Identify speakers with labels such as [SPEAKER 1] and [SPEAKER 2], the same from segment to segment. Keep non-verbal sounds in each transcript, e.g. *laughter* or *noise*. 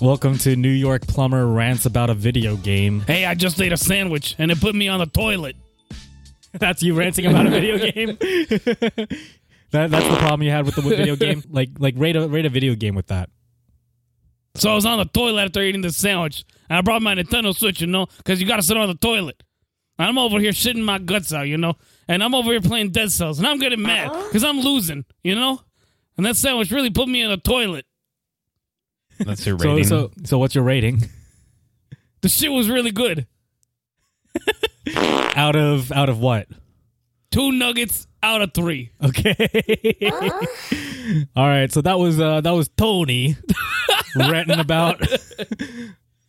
[SPEAKER 1] Welcome to New York Plumber Rants About a Video Game.
[SPEAKER 2] Hey, I just ate a sandwich and it put me on the toilet. *laughs*
[SPEAKER 1] That's you ranting about a video *laughs* game. that, that's the problem you had with the video
[SPEAKER 2] *laughs*
[SPEAKER 1] game. Like like rate a rate a video game with that.
[SPEAKER 2] So I was on the toilet after eating the sandwich, and I brought my Nintendo Switch, you know, because you got to sit on the toilet. I'm over here shitting my guts out, you know, and I'm over here playing Dead Cells, and I'm getting mad
[SPEAKER 1] Uh-huh.
[SPEAKER 2] because I'm losing, you know, and that sandwich really put me in the toilet.
[SPEAKER 3] That's your
[SPEAKER 1] So
[SPEAKER 3] rating.
[SPEAKER 1] so so what's your rating?
[SPEAKER 2] The shit was really good.
[SPEAKER 1] Out of out of what?
[SPEAKER 2] Two nuggets out of three. *laughs*
[SPEAKER 1] Okay. All right. So that was uh, that was Tony ranting about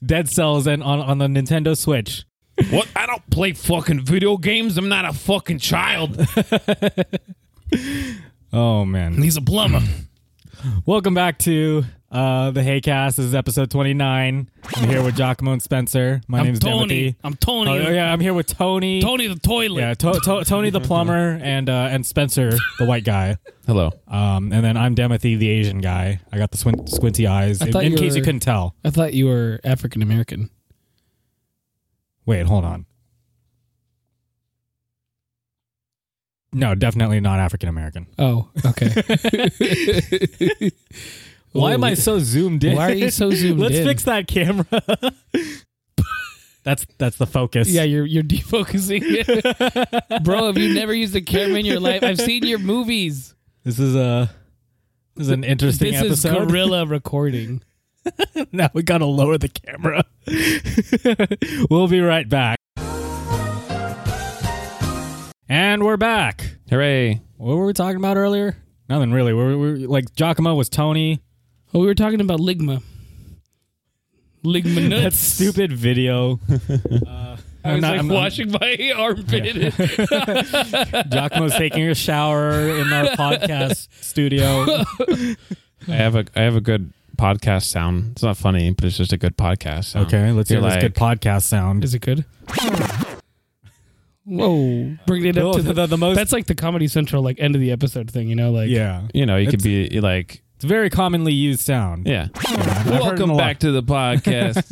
[SPEAKER 1] Dead Cells and on on the Nintendo Switch.
[SPEAKER 3] what? I don't play fucking video games. I'm not a fucking child.
[SPEAKER 1] Oh man.
[SPEAKER 2] *laughs* He's a plumber.
[SPEAKER 1] Welcome back to uh, the Haycast. This is episode twenty nine. I'm here with Giacomo and Spencer. My
[SPEAKER 2] I'm
[SPEAKER 1] name's
[SPEAKER 2] Tony.
[SPEAKER 1] Timothy.
[SPEAKER 2] I'm Tony.
[SPEAKER 1] Oh, yeah, I'm here with Tony.
[SPEAKER 2] Tony the toilet.
[SPEAKER 1] Yeah, to- to- Tony *laughs* the plumber and uh, and Spencer the white guy.
[SPEAKER 3] Hello.
[SPEAKER 1] Um, and then I'm Demethy the Asian guy. I got the swin- squinty eyes. In,
[SPEAKER 4] thought
[SPEAKER 1] in
[SPEAKER 4] you
[SPEAKER 1] case you
[SPEAKER 4] were-
[SPEAKER 1] couldn't tell.
[SPEAKER 4] I thought you were African American.
[SPEAKER 1] Wait, hold on. No, definitely not African American.
[SPEAKER 4] Oh, okay.
[SPEAKER 1] *laughs* Why
[SPEAKER 4] Ooh.
[SPEAKER 1] am I so zoomed in?
[SPEAKER 4] Why are you so zoomed
[SPEAKER 1] *laughs* Let's
[SPEAKER 4] in?
[SPEAKER 1] fix that camera. *laughs* that's that's the focus.
[SPEAKER 4] Yeah, you're you're defocusing.
[SPEAKER 1] *laughs*
[SPEAKER 4] Bro, have you never used a camera in your life? I've seen your movies.
[SPEAKER 1] This is a this is an interesting
[SPEAKER 4] This is
[SPEAKER 1] episode.
[SPEAKER 4] gorilla recording.
[SPEAKER 1] *laughs* now we gotta lower the camera. *laughs* we'll be right back. And we're back.
[SPEAKER 3] Hooray.
[SPEAKER 1] What were we talking about earlier? Nothing really. We were, we were- like Giacomo was Tony.
[SPEAKER 4] Oh, we were talking about Ligma. Ligma nuts.
[SPEAKER 1] That stupid video. Uh,
[SPEAKER 4] I
[SPEAKER 1] not-
[SPEAKER 4] was
[SPEAKER 1] I'm-
[SPEAKER 4] like
[SPEAKER 1] I'm-
[SPEAKER 4] *laughs* washing my
[SPEAKER 1] *laughs*
[SPEAKER 4] armpit.
[SPEAKER 1] Giacomo's taking a shower in our podcast studio.
[SPEAKER 3] I have a I have a good podcast sound. It's not funny, but it's just a good podcast. Sound.
[SPEAKER 1] Okay, let's hear
[SPEAKER 3] You're
[SPEAKER 1] this good podcast sound.
[SPEAKER 4] Is it good? Whoa, bringing it
[SPEAKER 1] No,
[SPEAKER 4] up
[SPEAKER 1] Oh,
[SPEAKER 4] to
[SPEAKER 1] the,
[SPEAKER 4] the,
[SPEAKER 1] the, the most.
[SPEAKER 4] That's like the Comedy Central like end of the episode thing, you know, like
[SPEAKER 1] yeah,
[SPEAKER 3] You know, you could
[SPEAKER 1] It's-
[SPEAKER 3] be you like,
[SPEAKER 1] it's a very commonly used sound.
[SPEAKER 3] yeah.
[SPEAKER 1] I've heard it in a
[SPEAKER 3] Welcome
[SPEAKER 1] lot.
[SPEAKER 3] back to
[SPEAKER 1] *laughs*
[SPEAKER 3] the podcast.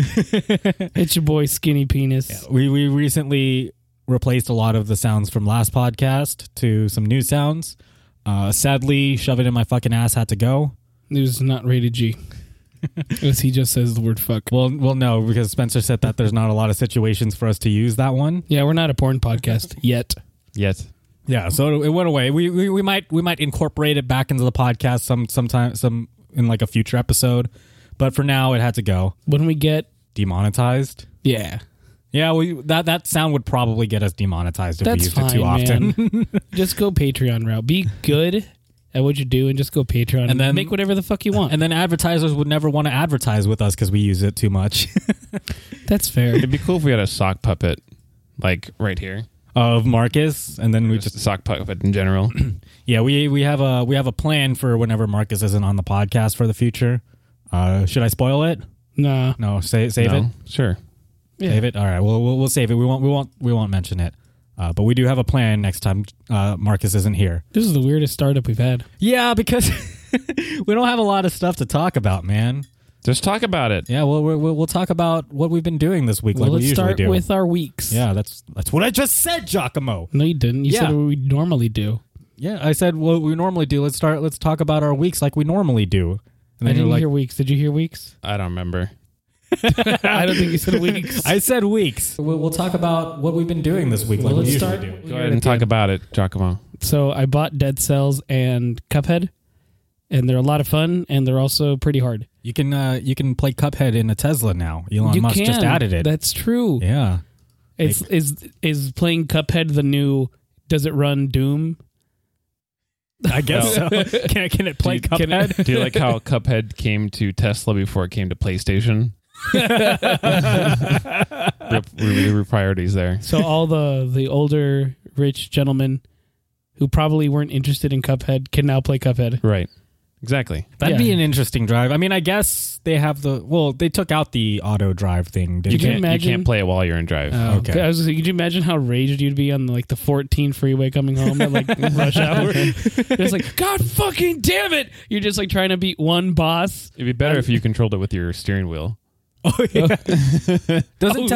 [SPEAKER 4] it's your boy skinny penis.
[SPEAKER 1] We we recently replaced a lot of the sounds from last podcast to some new sounds. Uh, sadly, shove it in my fucking ass had to go.
[SPEAKER 4] It was not
[SPEAKER 1] *laughs*
[SPEAKER 4] rated G. As he just says the word fuck.
[SPEAKER 1] Well, well, no, because Spencer said that there's not a lot of situations for us to use that one.
[SPEAKER 4] Yeah, we're not a porn
[SPEAKER 1] *laughs*
[SPEAKER 4] podcast yet.
[SPEAKER 3] yes.
[SPEAKER 1] Yeah, so it went away. We, we we might we might incorporate it back into the podcast some sometime some in like a future episode, but for now it had to go
[SPEAKER 4] When we get
[SPEAKER 1] demonetized.
[SPEAKER 4] yeah,
[SPEAKER 1] Yeah, we that that sound would probably get us demonetized if we
[SPEAKER 4] that's
[SPEAKER 1] used
[SPEAKER 4] fine.
[SPEAKER 1] it too often. *laughs*
[SPEAKER 4] Man. *laughs* just go Patreon route. Be good at what you do and just go Patreon and
[SPEAKER 1] then-
[SPEAKER 4] then make whatever the fuck you want.
[SPEAKER 1] And then advertisers would never want to advertise with us because we use it too much. *laughs*
[SPEAKER 4] that's fair.
[SPEAKER 3] It'd be cool if we had a sock puppet, like right here.
[SPEAKER 1] of Marcus, and then we
[SPEAKER 3] Just
[SPEAKER 1] just
[SPEAKER 3] a sock puppet
[SPEAKER 1] *clears throat*
[SPEAKER 3] in general.
[SPEAKER 1] yeah we we have a we have a plan for whenever Marcus isn't on the podcast for the future. Uh, should I spoil it?
[SPEAKER 4] Nah.
[SPEAKER 1] No, say, save it.
[SPEAKER 3] No? Sure.
[SPEAKER 4] Yeah.
[SPEAKER 1] Save it. All right. Well, we'll we'll save it. We won't we won't we won't mention it. Uh, but we do have a plan next time uh, Marcus isn't here.
[SPEAKER 4] This is the weirdest startup we've had.
[SPEAKER 1] Yeah, because *laughs* we don't have a lot of stuff to talk about, man.
[SPEAKER 3] Just talk about it.
[SPEAKER 1] Yeah, well, we're, we'll we'll talk about what we've been doing this week,
[SPEAKER 4] Well,
[SPEAKER 1] like we
[SPEAKER 4] let's
[SPEAKER 1] usually
[SPEAKER 4] start
[SPEAKER 1] do.
[SPEAKER 4] with our weeks.
[SPEAKER 1] yeah, that's that's what I just said, Giacomo.
[SPEAKER 4] No, you didn't. You
[SPEAKER 1] Yeah.
[SPEAKER 4] said what we normally do.
[SPEAKER 1] Yeah, I said what we normally do. Let's start. Let's talk about our weeks like we normally do. And
[SPEAKER 4] I
[SPEAKER 1] you're
[SPEAKER 4] didn't
[SPEAKER 1] like,
[SPEAKER 4] hear weeks. Did you hear
[SPEAKER 1] *laughs*
[SPEAKER 4] weeks?
[SPEAKER 3] I don't remember.
[SPEAKER 4] I don't think you said weeks. *laughs*
[SPEAKER 1] I said weeks. We'll, we'll talk about what we've been doing this week, like
[SPEAKER 4] let's
[SPEAKER 1] we usually
[SPEAKER 4] start-
[SPEAKER 1] do.
[SPEAKER 3] Go ahead and talk about it, Giacomo.
[SPEAKER 4] So I bought Dead Cells and Cuphead, and they're a lot of fun, and they're also pretty hard.
[SPEAKER 1] You can uh, you can play Cuphead in a Tesla now. Elon
[SPEAKER 4] you
[SPEAKER 1] Musk
[SPEAKER 4] can.
[SPEAKER 1] just added it.
[SPEAKER 4] That's true.
[SPEAKER 1] yeah.
[SPEAKER 4] It's is is playing Cuphead the new? Does it run Doom?
[SPEAKER 1] I guess so. Can, it- can it play
[SPEAKER 4] Do you- can
[SPEAKER 1] Cuphead?
[SPEAKER 3] *laughs* Do you like how Cuphead came to Tesla before it came
[SPEAKER 1] *laughs*
[SPEAKER 3] to PlayStation? *laughs* Rip- re- re- priorities there.
[SPEAKER 4] *laughs* So all the the older rich gentlemen who probably weren't interested in Cuphead can now play Cuphead.
[SPEAKER 3] Right. Exactly.
[SPEAKER 1] That'd
[SPEAKER 4] Yeah.
[SPEAKER 1] be an interesting drive. I mean, I guess they have the well, they took out the auto drive thing. Didn't they?
[SPEAKER 4] You can
[SPEAKER 3] You can't, you
[SPEAKER 4] imagine-
[SPEAKER 3] can't play it while you're in drive.
[SPEAKER 4] Oh,
[SPEAKER 1] Okay.
[SPEAKER 4] okay. I was gonna say, could you imagine how raged you'd be on like the 14 freeway coming home at like rush hour? It's like, God fucking damn it! You're just like trying to beat one boss.
[SPEAKER 3] It'd be better if you controlled it with your steering wheel.
[SPEAKER 1] Oh yeah. Oh. *laughs* doesn't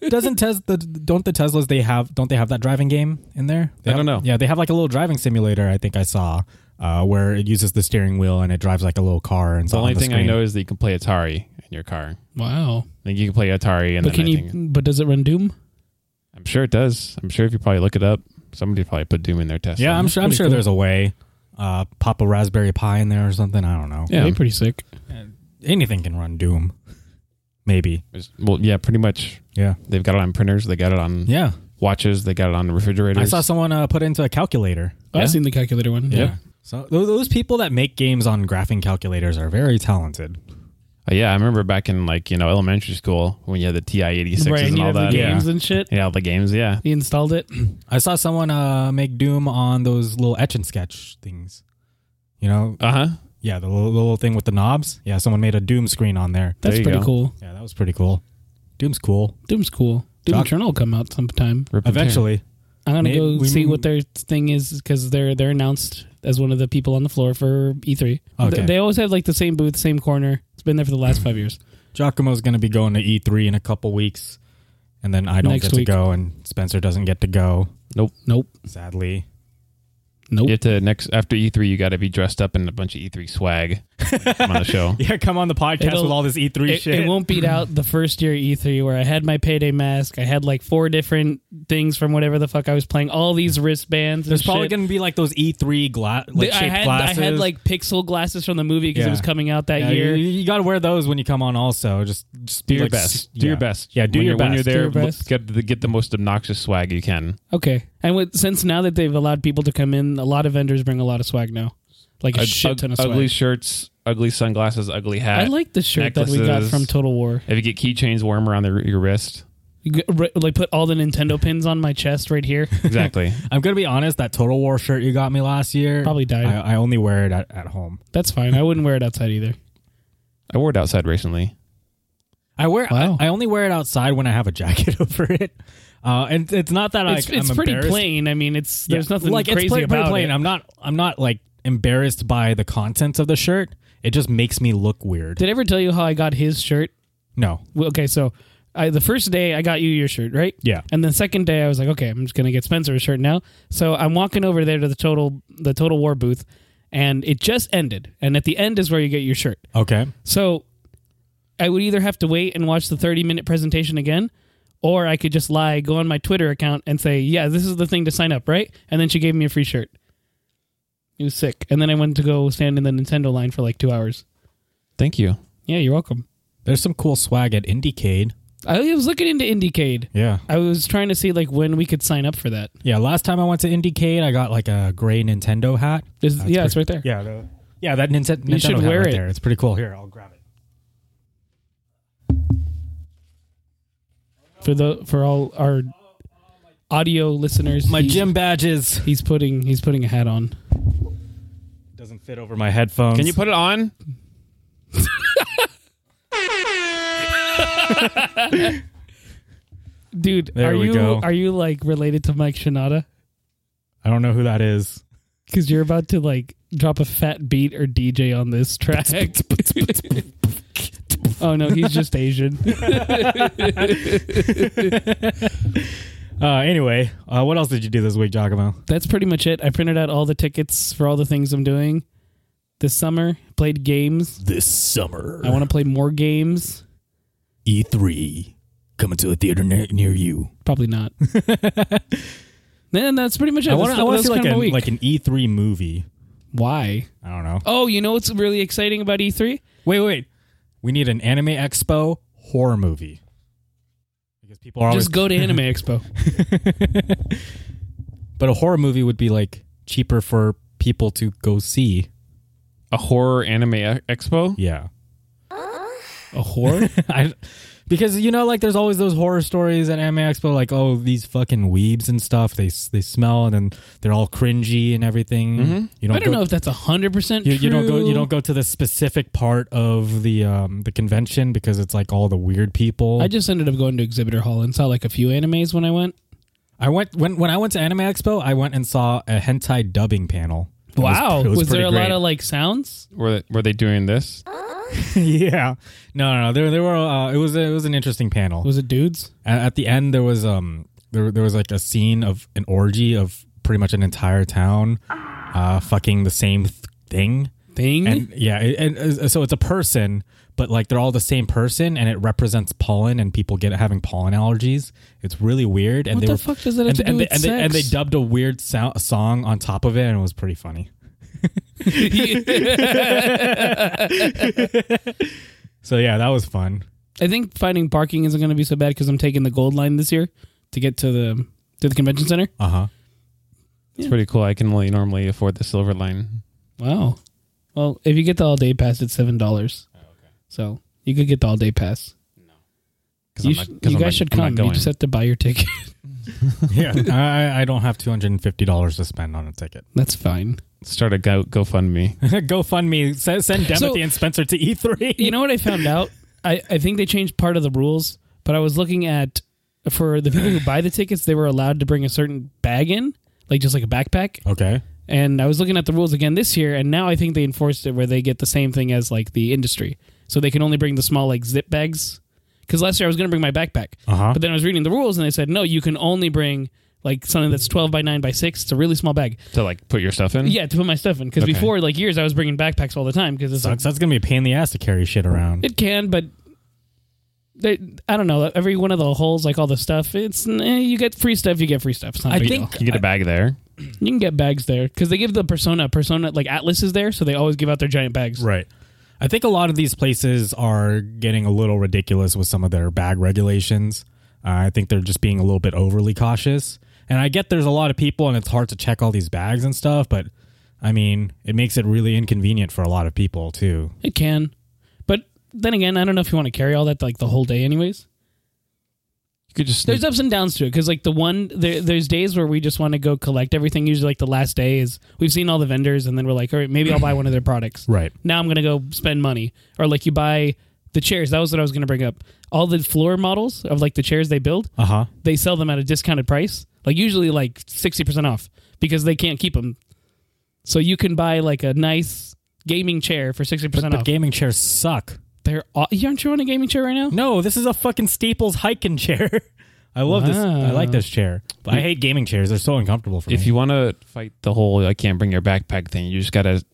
[SPEAKER 1] te- doesn't Tesla don't the Teslas they have don't they have that driving game in there? They
[SPEAKER 3] I
[SPEAKER 1] have-
[SPEAKER 3] don't know.
[SPEAKER 1] Yeah, they have like a little driving simulator. I think I saw uh, where it uses the steering wheel and it drives like a little car. And
[SPEAKER 4] Oh,
[SPEAKER 3] The only thing I know is that you can play Atari in your car.
[SPEAKER 4] Wow.
[SPEAKER 3] Like you can play Atari, and
[SPEAKER 4] But can
[SPEAKER 3] then I
[SPEAKER 4] you?
[SPEAKER 3] think-
[SPEAKER 4] But does it run Doom?
[SPEAKER 3] I'm sure it does. I'm sure if you probably look it up, somebody probably put Doom in their test.
[SPEAKER 1] Yeah, I'm sure. I'm
[SPEAKER 4] pretty
[SPEAKER 1] sure
[SPEAKER 4] cool.
[SPEAKER 1] there's a way. Uh, pop a Raspberry Pi in there or something. I don't know.
[SPEAKER 3] Yeah.
[SPEAKER 4] That'd be pretty sick.
[SPEAKER 1] Anything can run Doom. Maybe.
[SPEAKER 3] It's- well, yeah, pretty much.
[SPEAKER 1] Yeah.
[SPEAKER 3] They've got it on printers. They got it on
[SPEAKER 1] Yeah.
[SPEAKER 3] watches. They got it on refrigerators.
[SPEAKER 1] I saw someone uh, put into a calculator.
[SPEAKER 4] Oh,
[SPEAKER 3] Yeah.
[SPEAKER 4] I've seen the calculator one.
[SPEAKER 3] Yeah.
[SPEAKER 1] So tho- those people that make games on graphing calculators are very talented.
[SPEAKER 3] Uh, yeah, I remember back in like you know elementary school when you had the TI-86s
[SPEAKER 4] Right.
[SPEAKER 3] and
[SPEAKER 4] you
[SPEAKER 3] all
[SPEAKER 4] have the
[SPEAKER 3] that.
[SPEAKER 4] games and shit.
[SPEAKER 3] Yeah, all the games. Yeah,
[SPEAKER 4] He installed it.
[SPEAKER 1] I saw someone uh, make Doom on those little etch and sketch things. You know,
[SPEAKER 3] uh huh.
[SPEAKER 1] yeah, the little, little thing with the knobs. Yeah, someone made a Doom screen on there.
[SPEAKER 4] That's
[SPEAKER 3] you
[SPEAKER 4] pretty
[SPEAKER 3] go.
[SPEAKER 4] cool.
[SPEAKER 1] Yeah, that was pretty cool. Doom's cool.
[SPEAKER 4] Doom's cool. Doom
[SPEAKER 1] Doc-
[SPEAKER 4] Eternal will come out sometime.
[SPEAKER 1] Eventually,
[SPEAKER 4] I'm gonna
[SPEAKER 1] Maybe
[SPEAKER 4] go
[SPEAKER 1] we-
[SPEAKER 4] see what their thing is because they're they're announced as one of the people on the floor for E3.
[SPEAKER 1] Okay.
[SPEAKER 4] They, they always have like the same booth, same corner. It's been there for the last five years.
[SPEAKER 1] Giacomo's going to be going to E3 in a couple weeks, and then I don't
[SPEAKER 4] Next
[SPEAKER 1] get
[SPEAKER 4] week.
[SPEAKER 1] to go, and Spencer doesn't get to go.
[SPEAKER 4] Nope.
[SPEAKER 1] Sadly,
[SPEAKER 4] Nope.
[SPEAKER 3] You have to next after E3, you got to be dressed up in a bunch of E3 swag come on
[SPEAKER 4] *laughs*
[SPEAKER 3] the show.
[SPEAKER 1] *laughs* yeah, come on the podcast
[SPEAKER 4] It'll-
[SPEAKER 1] with all this E3
[SPEAKER 4] It,
[SPEAKER 1] shit.
[SPEAKER 4] it won't beat out the first year E3 where I had my payday mask. I had like four different things from whatever the fuck I was playing. All these wristbands.
[SPEAKER 1] There's
[SPEAKER 4] and
[SPEAKER 1] probably
[SPEAKER 4] shit.
[SPEAKER 1] going to be like those E3 gla- like
[SPEAKER 4] I
[SPEAKER 1] shaped
[SPEAKER 4] had
[SPEAKER 1] glasses.
[SPEAKER 4] I had like pixel glasses from the movie because
[SPEAKER 1] Yeah.
[SPEAKER 4] it was coming out that
[SPEAKER 1] Yeah,
[SPEAKER 4] year.
[SPEAKER 1] You, got to wear those when you come on. Also, just, just
[SPEAKER 3] Do
[SPEAKER 1] be
[SPEAKER 3] your
[SPEAKER 1] like, s-
[SPEAKER 3] best. Do your
[SPEAKER 1] yeah.
[SPEAKER 3] best.
[SPEAKER 1] Yeah, do
[SPEAKER 3] when
[SPEAKER 1] your
[SPEAKER 3] you're, When you're
[SPEAKER 1] best. Do
[SPEAKER 3] there,
[SPEAKER 4] your
[SPEAKER 3] look-
[SPEAKER 4] best.
[SPEAKER 3] get the, get the most obnoxious swag you can.
[SPEAKER 4] Okay. And with, since now that they've allowed people to come in, a lot of vendors bring a lot of swag now. Like a
[SPEAKER 3] Ug-
[SPEAKER 4] shit ton of swag.
[SPEAKER 3] ugly shirts, ugly sunglasses, ugly hat.
[SPEAKER 4] I like the shirt that we got
[SPEAKER 3] necklaces.
[SPEAKER 4] from Total War.
[SPEAKER 3] if you get keychains warm around the, your wrist.
[SPEAKER 4] You g- re- Like put all the Nintendo pins on my chest right
[SPEAKER 3] *laughs*
[SPEAKER 4] here. *laughs*
[SPEAKER 3] Exactly.
[SPEAKER 1] I'm gonna be honest. That Total War shirt you got me last year,
[SPEAKER 4] Probably died.
[SPEAKER 1] I, I only wear it at, at home.
[SPEAKER 4] That's fine. I wouldn't wear it outside either.
[SPEAKER 3] I wore it outside recently.
[SPEAKER 1] I wear.
[SPEAKER 4] Wow.
[SPEAKER 1] I, I only wear it outside when I have a jacket *laughs* over it. Uh, and it's not that
[SPEAKER 4] it's
[SPEAKER 1] I.
[SPEAKER 4] it's
[SPEAKER 1] I'm
[SPEAKER 4] pretty
[SPEAKER 1] embarrassed.
[SPEAKER 4] plain. I mean, it's
[SPEAKER 1] Yeah.
[SPEAKER 4] there's nothing
[SPEAKER 1] like
[SPEAKER 4] crazy
[SPEAKER 1] it's pretty, pretty
[SPEAKER 4] about
[SPEAKER 1] plain.
[SPEAKER 4] it.
[SPEAKER 1] I'm not. I'm not like embarrassed by the contents of the shirt. It just makes me look weird.
[SPEAKER 4] Did I ever tell you how I got his shirt?
[SPEAKER 1] no.
[SPEAKER 4] Well, Okay, so I, the first day I got you your shirt, right?
[SPEAKER 1] Yeah.
[SPEAKER 4] And the second day I was like, okay, I'm just gonna get Spencer a shirt now. So I'm walking over there to the total the Total War booth, and it just ended. And at the end is where you get your shirt.
[SPEAKER 1] Okay.
[SPEAKER 4] So I would either have to wait and watch the 30 minute presentation again, or I could just lie, go on my Twitter account and say, yeah, this is the thing to sign up, right? And then she gave me a free shirt. It was sick. And then I went to go stand in the Nintendo line for like two hours.
[SPEAKER 3] Thank you.
[SPEAKER 4] Yeah, you're welcome.
[SPEAKER 1] There's some cool swag at Indiecade.
[SPEAKER 4] I was looking into Indiecade.
[SPEAKER 1] Yeah.
[SPEAKER 4] I was trying to see like when we could sign up for that.
[SPEAKER 1] Yeah. Last time I went to Indiecade, I got like a gray Nintendo hat.
[SPEAKER 4] Is-
[SPEAKER 1] That's
[SPEAKER 4] yeah, it's right there.
[SPEAKER 1] Yeah, the, yeah, that Ninten- Nintendo
[SPEAKER 4] You should
[SPEAKER 1] hat
[SPEAKER 4] wear
[SPEAKER 1] right
[SPEAKER 4] it.
[SPEAKER 1] there. It's pretty cool. Here, I'll grab it.
[SPEAKER 4] For the for all our audio listeners,
[SPEAKER 1] My
[SPEAKER 4] he's-
[SPEAKER 1] gym badges
[SPEAKER 4] He's putting he's putting a hat on.
[SPEAKER 1] doesn't fit over my headphones.
[SPEAKER 3] Can you put it on?
[SPEAKER 4] Dude,
[SPEAKER 1] There
[SPEAKER 4] are
[SPEAKER 1] we
[SPEAKER 4] you
[SPEAKER 1] go.
[SPEAKER 4] are you like related to Mike Shinoda?
[SPEAKER 1] I don't know who that is.
[SPEAKER 4] Because you're about to like drop a fat beat or DJ on this *laughs* track. oh no, he's just Asian.
[SPEAKER 1] Uh, anyway, uh, what else did you do this week, Giacomo?
[SPEAKER 4] *laughs* That's pretty much it. I printed out all the tickets for all the things I'm doing this summer. Played games.
[SPEAKER 1] This summer,
[SPEAKER 4] I want to play more games.
[SPEAKER 1] E3 coming to a theater near, near you.
[SPEAKER 4] Probably *laughs* not. Then that's pretty much it.
[SPEAKER 1] I want
[SPEAKER 4] That's-
[SPEAKER 1] to. I want to
[SPEAKER 4] that's
[SPEAKER 1] see like
[SPEAKER 4] kind of
[SPEAKER 1] a,
[SPEAKER 4] my week.
[SPEAKER 1] like an E3 movie.
[SPEAKER 4] why?
[SPEAKER 1] I don't know.
[SPEAKER 4] Oh, you know what's really exciting about E E3?
[SPEAKER 1] Wait, wait. We need an anime expo horror movie because people are always
[SPEAKER 4] Just go
[SPEAKER 1] *laughs*
[SPEAKER 4] to Anime Expo.
[SPEAKER 1] But a horror movie would be like cheaper for people to go see.
[SPEAKER 3] A horror anime e- expo?
[SPEAKER 1] Yeah.
[SPEAKER 4] A whore?
[SPEAKER 1] *laughs* I because you know, like there's always those horror stories at Anime Expo, like oh these fucking weebs and stuff. They s- they smell and then they're all cringy and everything. You
[SPEAKER 4] I don't
[SPEAKER 1] go-
[SPEAKER 4] know if that's hundred percent
[SPEAKER 1] You,
[SPEAKER 4] true.
[SPEAKER 1] you don't go. You don't go to the specific part of the um, the convention because it's like all the weird people.
[SPEAKER 4] I just ended up going to exhibitor hall and saw like a few animes when I went.
[SPEAKER 1] I went when when I went to Anime Expo. I went and saw a hentai dubbing panel. It was-
[SPEAKER 4] Wow,
[SPEAKER 1] *laughs* it
[SPEAKER 4] was,
[SPEAKER 1] pretty
[SPEAKER 4] there a
[SPEAKER 1] great.
[SPEAKER 4] lot of like sounds?
[SPEAKER 3] Were they, were they doing this?
[SPEAKER 1] *laughs* yeah. No, no, no. There, there were. Uh, it was. It was an interesting panel.
[SPEAKER 4] Was it dudes?
[SPEAKER 1] A- at, the end, there was um, there, there was like a scene of an orgy of pretty much an entire town, uh, fucking the same th- thing.
[SPEAKER 4] Thing.
[SPEAKER 1] And yeah, it- and uh, so it's a person, but like they're all the same person, and it represents pollen, and people get having pollen allergies. It's really weird. And
[SPEAKER 4] What
[SPEAKER 1] they
[SPEAKER 4] the
[SPEAKER 1] were,
[SPEAKER 4] fuck does that have
[SPEAKER 1] and,
[SPEAKER 4] to do
[SPEAKER 1] and
[SPEAKER 4] with
[SPEAKER 1] they, and, they, and they
[SPEAKER 4] sex?
[SPEAKER 1] dubbed a weird sound, a song on top of it, and it was pretty funny. *laughs* So yeah, that was fun.
[SPEAKER 4] *laughs* I think finding parking isn't going to be so bad because I'm taking the gold line this year to get to the to the convention center.
[SPEAKER 1] Uh
[SPEAKER 4] *laughs*
[SPEAKER 1] huh.
[SPEAKER 3] It's pretty cool. I can only normally afford the silver line.
[SPEAKER 4] Wow. Well, if you get the all day pass, it's seven dollars.
[SPEAKER 1] Oh,
[SPEAKER 4] So you could get the all day pass. You,
[SPEAKER 3] I'm
[SPEAKER 4] sh-
[SPEAKER 3] not-
[SPEAKER 4] you
[SPEAKER 3] 'cause I'm
[SPEAKER 4] guys
[SPEAKER 3] not-
[SPEAKER 4] should
[SPEAKER 3] I'm not
[SPEAKER 4] come. You
[SPEAKER 3] going.
[SPEAKER 4] just have to buy your ticket. *laughs*
[SPEAKER 1] yeah, I, I don't have two hundred and fifty dollars to spend on a ticket. *laughs*
[SPEAKER 4] That's fine.
[SPEAKER 3] Start a Go GoFundMe.
[SPEAKER 1] GoFundMe. Send, send Demethy
[SPEAKER 4] So-
[SPEAKER 1] and Spencer to E E3.
[SPEAKER 4] You know what I found out? I, I think they changed part of the rules, but I was looking at for the people who buy the tickets, they were allowed to bring a certain bag in, like just like a backpack.
[SPEAKER 1] Okay.
[SPEAKER 4] And I was looking at the rules again this year, and now I think they enforced it where they get the same thing as like the industry, so they can only bring the small like zip bags. Because last year I was going to bring my backpack,
[SPEAKER 1] Uh-huh.
[SPEAKER 4] but then I was reading the rules and they said no, you can only bring like something that's twelve by nine by six. It's a really small bag.
[SPEAKER 3] to like put your stuff
[SPEAKER 1] Hmm?
[SPEAKER 3] in.
[SPEAKER 4] Yeah, to put my stuff in. Because
[SPEAKER 3] Okay.
[SPEAKER 4] before like years I was bringing backpacks all the time because it's like,
[SPEAKER 1] Sucks. That's gonna be a pain in the ass to carry shit around.
[SPEAKER 4] It can, but they, I don't know. Every one of the holes, like all the stuff, it's eh, you get free stuff. You get free stuff. It's not a
[SPEAKER 1] I
[SPEAKER 4] big
[SPEAKER 1] think-
[SPEAKER 4] deal.
[SPEAKER 3] You get a bag there.
[SPEAKER 4] you can get bags there because they give the persona persona like Atlas is there, so they always give out their giant bags.
[SPEAKER 1] Right. I think a lot of these places are getting a little ridiculous with some of their bag regulations. Uh, I think they're just being a little bit overly cautious. And I get there's a lot of people and it's hard to check all these bags and stuff, but I mean, it makes it really inconvenient for a lot of people too.
[SPEAKER 4] It can, but then again, I don't know if you want to carry all that like the whole day, anyways.
[SPEAKER 3] You could just sneak,
[SPEAKER 4] There's ups and downs to it because like the one there, there's days where we just want to go collect everything. Usually, like the last day is we've seen all the vendors, and then we're like, all right, maybe I'll buy one of their products.
[SPEAKER 1] Right.
[SPEAKER 4] now I'm gonna go spend money. Or like you buy the chairs. That was what I was gonna bring up. All the floor models of like the chairs they build,
[SPEAKER 1] Uh huh.
[SPEAKER 4] they sell them at a discounted price. Like usually like sixty percent off because they can't keep them. So you can buy like a nice gaming chair for sixty
[SPEAKER 1] But,
[SPEAKER 4] percent
[SPEAKER 1] but
[SPEAKER 4] off.
[SPEAKER 1] gaming chairs suck.
[SPEAKER 4] They're all, you aren't you on a gaming chair
[SPEAKER 1] *laughs*
[SPEAKER 4] right now?
[SPEAKER 1] No, this is a fucking Staples hiking chair. *laughs* I love this. I
[SPEAKER 4] Wow.
[SPEAKER 1] like this chair. But I hate gaming chairs. They're so uncomfortable for me.
[SPEAKER 3] if you want to fight the whole I can't bring your backpack thing, you just gotta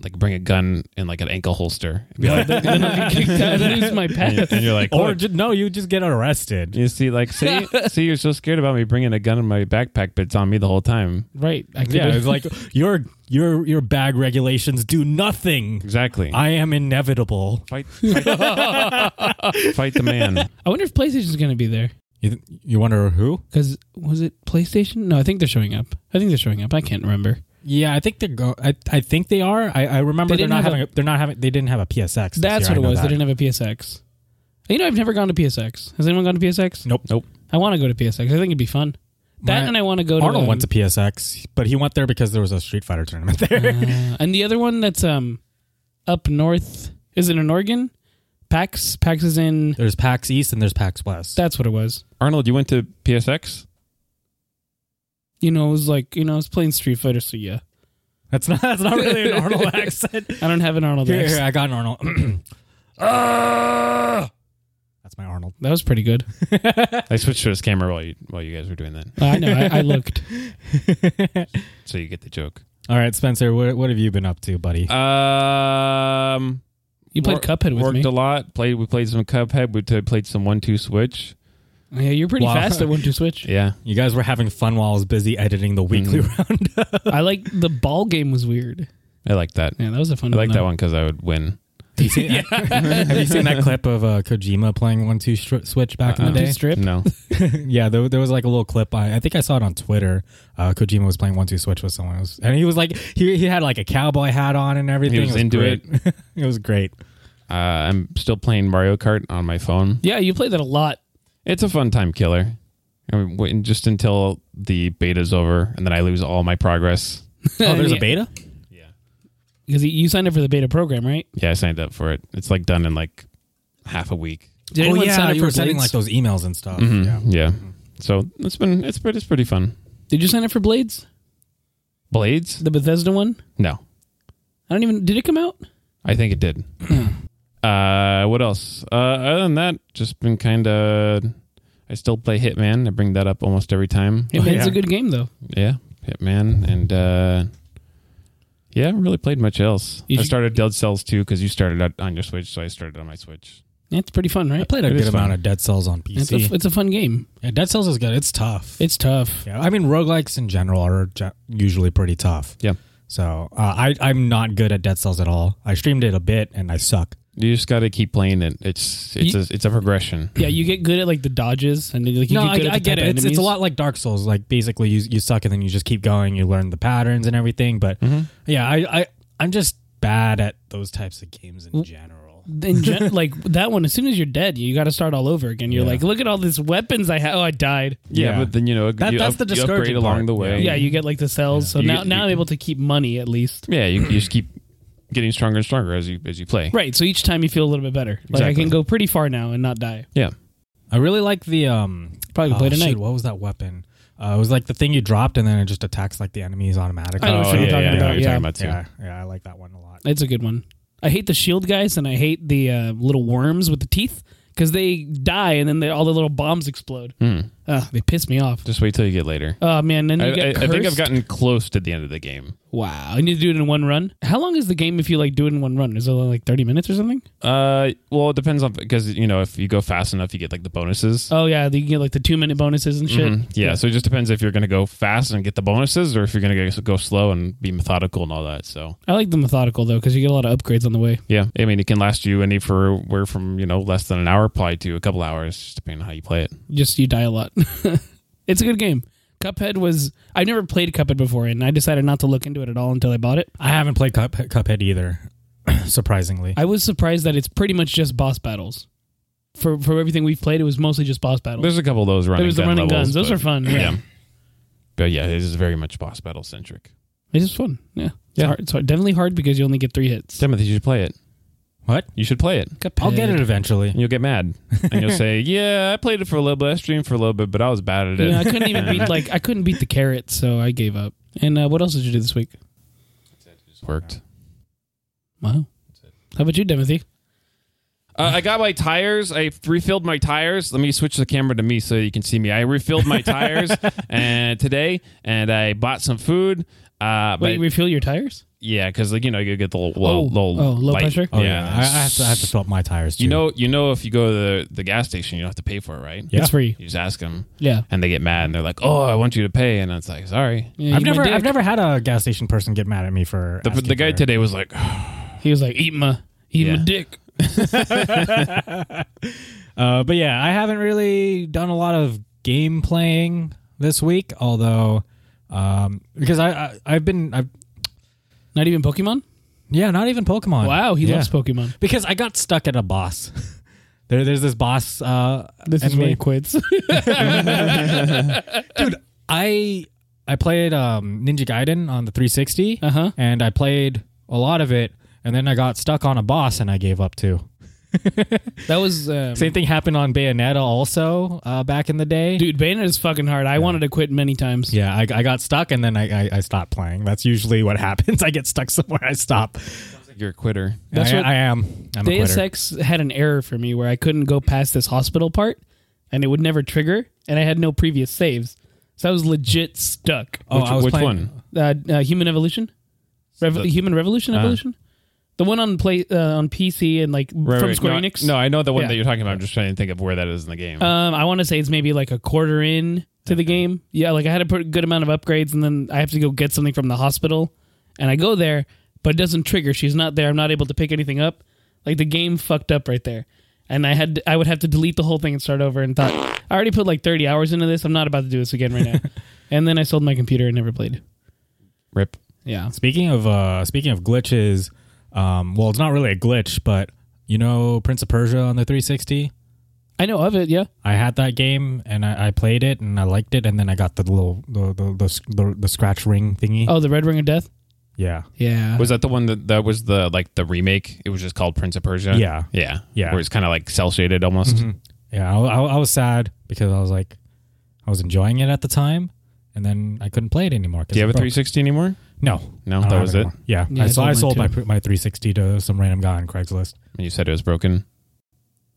[SPEAKER 3] like bring a gun and like an ankle holster. And be
[SPEAKER 4] *laughs*
[SPEAKER 3] like-
[SPEAKER 4] then I get kicked out and lose
[SPEAKER 1] *laughs*
[SPEAKER 4] my path.
[SPEAKER 3] and you're *laughs* like,
[SPEAKER 1] or
[SPEAKER 3] "Look,
[SPEAKER 1] ju- no, you just get arrested.
[SPEAKER 3] you see, like, see, see, you're so scared about me bringing a gun in my backpack, but it's on me the whole time.
[SPEAKER 4] Right. I
[SPEAKER 1] *laughs*
[SPEAKER 4] could
[SPEAKER 1] Yeah, it's like your your your bag regulations do nothing.
[SPEAKER 3] Exactly.
[SPEAKER 1] I am inevitable.
[SPEAKER 3] *laughs* fight, fight, fight the man.
[SPEAKER 4] I wonder if PlayStation's gonna be there.
[SPEAKER 1] You, th- you wonder who?
[SPEAKER 4] Cause was it PlayStation? No, I think they're showing up. I think they're showing up. I can't remember.
[SPEAKER 1] Yeah, I think they're go. I, I think they are. I, I remember they
[SPEAKER 4] They
[SPEAKER 1] are
[SPEAKER 4] didn't
[SPEAKER 1] not
[SPEAKER 4] have
[SPEAKER 1] having. A, they're not having. They didn't have a PSX. this year,
[SPEAKER 4] That's what
[SPEAKER 1] I
[SPEAKER 4] it
[SPEAKER 1] know
[SPEAKER 4] was.
[SPEAKER 1] that.
[SPEAKER 4] They didn't have a PSX. You know, I've never gone to PSX. Has anyone gone to PSX?
[SPEAKER 1] Nope.
[SPEAKER 3] Nope.
[SPEAKER 4] I want to go to PSX. I think it'd be fun. That
[SPEAKER 1] My-
[SPEAKER 4] and I want to go to
[SPEAKER 1] Arnold
[SPEAKER 4] um,
[SPEAKER 1] went to PSX, but he went there because there was a Street Fighter tournament *laughs* there.
[SPEAKER 4] *laughs* uh, and the other one that's um up north is it in Oregon? PAX. PAX is in.
[SPEAKER 1] there's PAX East and there's PAX West.
[SPEAKER 4] That's what it was.
[SPEAKER 3] Arnold, you went to PSX.
[SPEAKER 4] You know, it was like you know, I was playing Street Fighter. So yeah,
[SPEAKER 1] that's not. That's not really an *laughs* Arnold accent.
[SPEAKER 4] I don't have an Arnold.
[SPEAKER 1] Here,
[SPEAKER 4] accent.
[SPEAKER 1] here, I got an Arnold. *clears throat* Ah! That's my *laughs* Arnold.
[SPEAKER 4] That was pretty good.
[SPEAKER 3] I switched to his camera while you while you guys were doing that,
[SPEAKER 4] I know. I, I looked.
[SPEAKER 3] so you get the joke.
[SPEAKER 1] All right, Spencer, what, what have you been up to, buddy?
[SPEAKER 3] Um,
[SPEAKER 4] You played
[SPEAKER 3] Work-
[SPEAKER 4] Cuphead with
[SPEAKER 3] worked
[SPEAKER 4] me.
[SPEAKER 3] a lot. Played we played some Cuphead. We t- played some one two switch.
[SPEAKER 4] yeah, you're pretty
[SPEAKER 1] Wow.
[SPEAKER 4] fast at one two
[SPEAKER 1] *laughs*
[SPEAKER 4] switch.
[SPEAKER 3] Yeah,
[SPEAKER 1] You guys were having fun while I was busy editing the weekly round. *laughs*
[SPEAKER 4] I like the ball game was weird.
[SPEAKER 3] I like that.
[SPEAKER 4] Yeah, that was a fun.
[SPEAKER 3] I like
[SPEAKER 4] though.
[SPEAKER 3] that one because I would win.
[SPEAKER 1] *laughs* have you seen that clip of uh, Kojima playing one two stri- switch back in
[SPEAKER 3] Uh-uh.
[SPEAKER 1] the day?
[SPEAKER 4] Strip.
[SPEAKER 3] No,
[SPEAKER 1] *laughs* yeah, there, there was like a little clip. I, I think I saw it on Twitter. Uh, Kojima was playing one two switch with someone else, and he was like, he he had like a cowboy hat on and everything. *laughs*
[SPEAKER 3] was into
[SPEAKER 1] great. it. was great.
[SPEAKER 3] Uh, I'm still playing Mario Kart on my phone.
[SPEAKER 4] Yeah, you play that a lot.
[SPEAKER 3] It's a fun time killer. I mean, wait just until the beta's over, and then I lose all my progress.
[SPEAKER 1] Oh,
[SPEAKER 4] *laughs*
[SPEAKER 1] there's a beta.
[SPEAKER 4] because you signed up for the beta program, right?
[SPEAKER 3] Yeah, I signed up for it. It's like done in like half a week. Mm-hmm.
[SPEAKER 4] Did
[SPEAKER 1] oh
[SPEAKER 4] anyone
[SPEAKER 1] yeah,
[SPEAKER 4] sign up
[SPEAKER 1] you
[SPEAKER 4] for
[SPEAKER 1] were sending like
[SPEAKER 4] Blades?
[SPEAKER 1] those emails and stuff. Oh, Yeah.
[SPEAKER 3] Yeah. So it's been it's pretty it's pretty fun.
[SPEAKER 4] Did you sign up for Blades,
[SPEAKER 3] Blades?
[SPEAKER 4] the Bethesda one?
[SPEAKER 3] No,
[SPEAKER 4] I don't even. Did it come out?
[SPEAKER 3] I think it did. *clears throat* uh, what else? Uh, other than that, just been kind of. I still play Hitman. I bring that up almost every time.
[SPEAKER 4] It's
[SPEAKER 1] yeah.
[SPEAKER 4] a good game though.
[SPEAKER 3] Yeah, Hitman, and uh, yeah, I haven't really played much else.
[SPEAKER 4] You
[SPEAKER 3] I
[SPEAKER 4] should-
[SPEAKER 3] started Dead Cells too because you started out on your Switch, so I started on my Switch.
[SPEAKER 4] Yeah, It's pretty fun,
[SPEAKER 1] I
[SPEAKER 4] right?
[SPEAKER 1] played a
[SPEAKER 3] It is
[SPEAKER 1] good amount
[SPEAKER 3] fun.
[SPEAKER 1] of Dead Cells on
[SPEAKER 4] It's a,
[SPEAKER 1] PC.
[SPEAKER 4] it's a fun game.
[SPEAKER 1] yeah, Dead Cells is good. It's tough.
[SPEAKER 4] It's tough.
[SPEAKER 1] yeah, I mean roguelikes in general are ge- usually pretty tough.
[SPEAKER 3] Yeah,
[SPEAKER 1] So uh, I I'm not good at Dead Cells at all. I streamed it a bit and I suck.
[SPEAKER 3] you just got to keep playing it. It's it's
[SPEAKER 4] You-
[SPEAKER 3] a, it's a progression.
[SPEAKER 4] Yeah, you get good at like the dodges and like you
[SPEAKER 1] no,
[SPEAKER 4] get
[SPEAKER 1] I,
[SPEAKER 4] good at the
[SPEAKER 1] I get
[SPEAKER 4] type
[SPEAKER 1] it.
[SPEAKER 4] of
[SPEAKER 1] It's, it's a
[SPEAKER 4] enemies.
[SPEAKER 1] lot like Dark Souls. Like basically, you you suck and then you just keep going. You learn the patterns and everything. But
[SPEAKER 4] Mm-hmm.
[SPEAKER 1] yeah, I, I I'm just bad at those types of games in general.
[SPEAKER 4] In *laughs* gen- like that one, as soon as you're dead, you got to start all over again. You're
[SPEAKER 1] Yeah.
[SPEAKER 4] like, look at all these weapons I have. Oh, I died.
[SPEAKER 3] Yeah,
[SPEAKER 1] Yeah.
[SPEAKER 3] but then you know
[SPEAKER 1] That-
[SPEAKER 3] you,
[SPEAKER 1] that's
[SPEAKER 3] up-
[SPEAKER 1] the
[SPEAKER 3] you upgrade
[SPEAKER 1] discouraging
[SPEAKER 3] along
[SPEAKER 1] part.
[SPEAKER 3] the way.
[SPEAKER 4] Yeah, you get like the cells. So
[SPEAKER 3] You
[SPEAKER 4] now,
[SPEAKER 3] get-
[SPEAKER 4] now
[SPEAKER 3] you-
[SPEAKER 4] I'm able to keep money at least.
[SPEAKER 3] yeah, you, you just keep getting stronger and stronger as you as you play.
[SPEAKER 4] Right. So each time you feel a little bit better. Like I
[SPEAKER 3] Exactly.
[SPEAKER 4] can go pretty far now and not die.
[SPEAKER 3] Yeah,
[SPEAKER 1] I really like the um.
[SPEAKER 4] Probably
[SPEAKER 1] oh,
[SPEAKER 4] play tonight.
[SPEAKER 1] shit, what was that weapon? Uh, it was like the thing you dropped and then it just attacks like the enemies automatically.
[SPEAKER 4] I know what
[SPEAKER 3] Oh,
[SPEAKER 4] you're
[SPEAKER 3] yeah,
[SPEAKER 4] talking
[SPEAKER 3] yeah, I know
[SPEAKER 4] about,
[SPEAKER 3] what you're
[SPEAKER 4] yeah.
[SPEAKER 3] talking about too.
[SPEAKER 1] yeah, yeah, I like that one a lot.
[SPEAKER 4] It's a good one. I hate the shield guys and I hate the uh, little worms with the teeth because they die and then they, all the little bombs explode. Ugh, they piss me off.
[SPEAKER 3] Just wait till you get later.
[SPEAKER 4] Oh man, then you
[SPEAKER 3] Hmm. I,
[SPEAKER 4] get
[SPEAKER 3] I, I think I've
[SPEAKER 4] cursed.
[SPEAKER 3] gotten close to the end of the game.
[SPEAKER 4] wow. I need to do it in one run. How long is the game if you like do it in one run? Is it like thirty minutes or something?
[SPEAKER 3] Uh, well, it depends on because you know if you go fast enough, you get like the bonuses.
[SPEAKER 4] Oh yeah, you can get like the two minute bonuses and shit.
[SPEAKER 3] *laughs* Mhm. Yeah, so it just depends if you're going to go fast and get the bonuses, or if you're going to go, go slow and be methodical and all that. So
[SPEAKER 4] I like the methodical though because you get a lot of upgrades on the way.
[SPEAKER 3] yeah, I mean, it can last you any for where from you know less than an hour probably to a couple hours, just depending on how you play it.
[SPEAKER 4] Just you die a lot. *laughs* it's a good game. Cuphead was I've never played Cuphead before and I decided not to look into it at all until I bought it.
[SPEAKER 1] I haven't played Cup- Cuphead either, *clears throat* surprisingly.
[SPEAKER 4] I was surprised that it's pretty much just boss battles. For for everything we've played, it was mostly just boss battles.
[SPEAKER 3] There's a couple of those running.
[SPEAKER 4] there was the
[SPEAKER 3] gun
[SPEAKER 4] running
[SPEAKER 3] levels,
[SPEAKER 4] guns; those
[SPEAKER 3] but-
[SPEAKER 4] are fun. Yeah,
[SPEAKER 3] But yeah, it is very much boss battle centric.
[SPEAKER 4] it's just fun. Yeah, it's
[SPEAKER 3] Yeah.
[SPEAKER 4] hard. It's hard. definitely hard because you only get three hits.
[SPEAKER 3] Timothy, you should play it.
[SPEAKER 1] What?
[SPEAKER 3] You should play it.
[SPEAKER 1] I'll get it eventually.
[SPEAKER 3] And you'll get mad, and *laughs* you'll say, "Yeah, I played it for a little bit. I streamed for a little bit, but I was bad at it."
[SPEAKER 4] Yeah, I couldn't even beat like I couldn't beat the carrot, so I gave up. And uh, what else did you do this week?
[SPEAKER 3] worked.
[SPEAKER 4] Wow. How about you, Timothy?
[SPEAKER 3] Uh, I got my tires. I refilled my tires. Let me switch the camera to me so you can see me. I refilled my
[SPEAKER 1] *laughs*
[SPEAKER 3] tires and today, and I bought some food. Uh,
[SPEAKER 4] Wait,
[SPEAKER 3] but
[SPEAKER 4] refill your tires?
[SPEAKER 3] yeah, because like you know you get the little, little,
[SPEAKER 4] Oh,
[SPEAKER 3] little
[SPEAKER 4] oh, low
[SPEAKER 3] light.
[SPEAKER 4] pressure?
[SPEAKER 1] Oh, yeah,
[SPEAKER 3] yeah,
[SPEAKER 1] I, I, have to, I have to fill up my tires too.
[SPEAKER 3] you know, you know, if you go to the, the gas station, you don't have to pay for it, right?
[SPEAKER 1] Yeah.
[SPEAKER 4] It's free.
[SPEAKER 3] You just ask them,
[SPEAKER 4] Yeah.
[SPEAKER 3] and they get mad, and they're like, "Oh, I want you to pay," and it's like, "Sorry."
[SPEAKER 4] yeah
[SPEAKER 1] I've
[SPEAKER 4] eat my
[SPEAKER 1] never,
[SPEAKER 4] dick.
[SPEAKER 1] I've never had a gas station person get mad at me for
[SPEAKER 3] The,
[SPEAKER 1] asking
[SPEAKER 3] the guy
[SPEAKER 1] for-
[SPEAKER 3] today was like,
[SPEAKER 4] He was like, "Eat my, eat my
[SPEAKER 3] Yeah.
[SPEAKER 4] dick."
[SPEAKER 1] *laughs* Uh, but yeah, I haven't really done a lot of game playing this week, although um, because I, I I've been I've
[SPEAKER 4] Not even Pokemon.
[SPEAKER 1] yeah, not even Pokemon.
[SPEAKER 4] Wow, he
[SPEAKER 1] Yeah.
[SPEAKER 4] loves Pokemon.
[SPEAKER 1] Because I got stuck at a boss. *laughs* there, there's this boss. Uh,
[SPEAKER 4] This is
[SPEAKER 1] enemy.
[SPEAKER 4] where he quits.
[SPEAKER 1] I I played um, Ninja Gaiden on the 360,
[SPEAKER 4] Uh-huh.
[SPEAKER 1] and I played a lot of it, and then I got stuck on a boss, and I gave up too.
[SPEAKER 4] *laughs* that was um,
[SPEAKER 1] Same thing happened on Bayonetta also uh, back in the day.
[SPEAKER 4] *laughs* dude. Bayonet is fucking hard. I wanted to quit many times.
[SPEAKER 1] Yeah, I, I got stuck and then I, I, I stopped playing. That's usually what *laughs* happens. I get stuck somewhere, I stop.
[SPEAKER 3] "You're a quitter."
[SPEAKER 4] That's
[SPEAKER 1] I,
[SPEAKER 4] what-
[SPEAKER 1] I am. I'm a
[SPEAKER 4] Deus
[SPEAKER 1] quitter.
[SPEAKER 4] Ex had an error for me where I couldn't go past this hospital part, and it would never trigger, and I had no previous saves, so I was legit stuck.
[SPEAKER 1] Oh,
[SPEAKER 3] which
[SPEAKER 1] I was
[SPEAKER 3] which
[SPEAKER 1] playing-
[SPEAKER 3] one?
[SPEAKER 4] Uh, uh, Human Evolution, Revo-
[SPEAKER 3] The-
[SPEAKER 4] Human Revolution, Evolution, the one on play uh, on PC and like
[SPEAKER 3] Right,
[SPEAKER 4] from
[SPEAKER 3] right.
[SPEAKER 4] Square
[SPEAKER 3] no,
[SPEAKER 4] Enix.
[SPEAKER 3] No, I know the one
[SPEAKER 4] Yeah.
[SPEAKER 3] that you're talking about. I'm just trying to think of where that is in the game.
[SPEAKER 1] Uh,
[SPEAKER 4] Um, I want to say it's maybe like a quarter in to the game. Yeah, like I had a pretty good amount of upgrades, and then I have to go get something from the hospital, and I go there, but it doesn't trigger. She's not there. I'm not able to pick anything up. Like the game fucked up right there, and I had I would have to delete the whole thing and start over. And thought I already put like 30 hours into this. I'm not about to do this again
[SPEAKER 1] *laughs*
[SPEAKER 4] right now. and then I sold my computer and never played.
[SPEAKER 3] Rip.
[SPEAKER 4] Yeah,
[SPEAKER 1] Speaking of uh, speaking of glitches, um, well, it's not really a glitch, but You know Prince of Persia on the 360?
[SPEAKER 4] I know of it. Yeah.
[SPEAKER 1] I had that game and I, I played it and I liked it and then I got the little the the the, the, the scratch ring thingy.
[SPEAKER 4] Oh, the Red Ring of Death.
[SPEAKER 1] Yeah.
[SPEAKER 4] Yeah.
[SPEAKER 3] Was that the one that that was the like the remake? It was just called Prince of Persia.
[SPEAKER 1] Yeah.
[SPEAKER 3] yeah,
[SPEAKER 1] Yeah. Mm-hmm.
[SPEAKER 3] Where it's kind of like cell shaded almost.
[SPEAKER 1] Yeah, I, I, I was sad because I was like, I was enjoying it at the time, and then I couldn't play it anymore. 'cause
[SPEAKER 3] Do you have
[SPEAKER 1] it
[SPEAKER 3] a
[SPEAKER 1] broke.
[SPEAKER 3] 360 anymore?
[SPEAKER 1] No,
[SPEAKER 3] No,
[SPEAKER 1] I don't
[SPEAKER 3] that
[SPEAKER 1] have
[SPEAKER 3] was it.
[SPEAKER 1] anymore. Yeah,
[SPEAKER 4] Yeah,
[SPEAKER 1] I,
[SPEAKER 4] I
[SPEAKER 1] so I
[SPEAKER 4] sold
[SPEAKER 1] sold my
[SPEAKER 4] mine
[SPEAKER 1] pr- my 360 to some random guy on Craigslist.
[SPEAKER 3] And you said it was broken.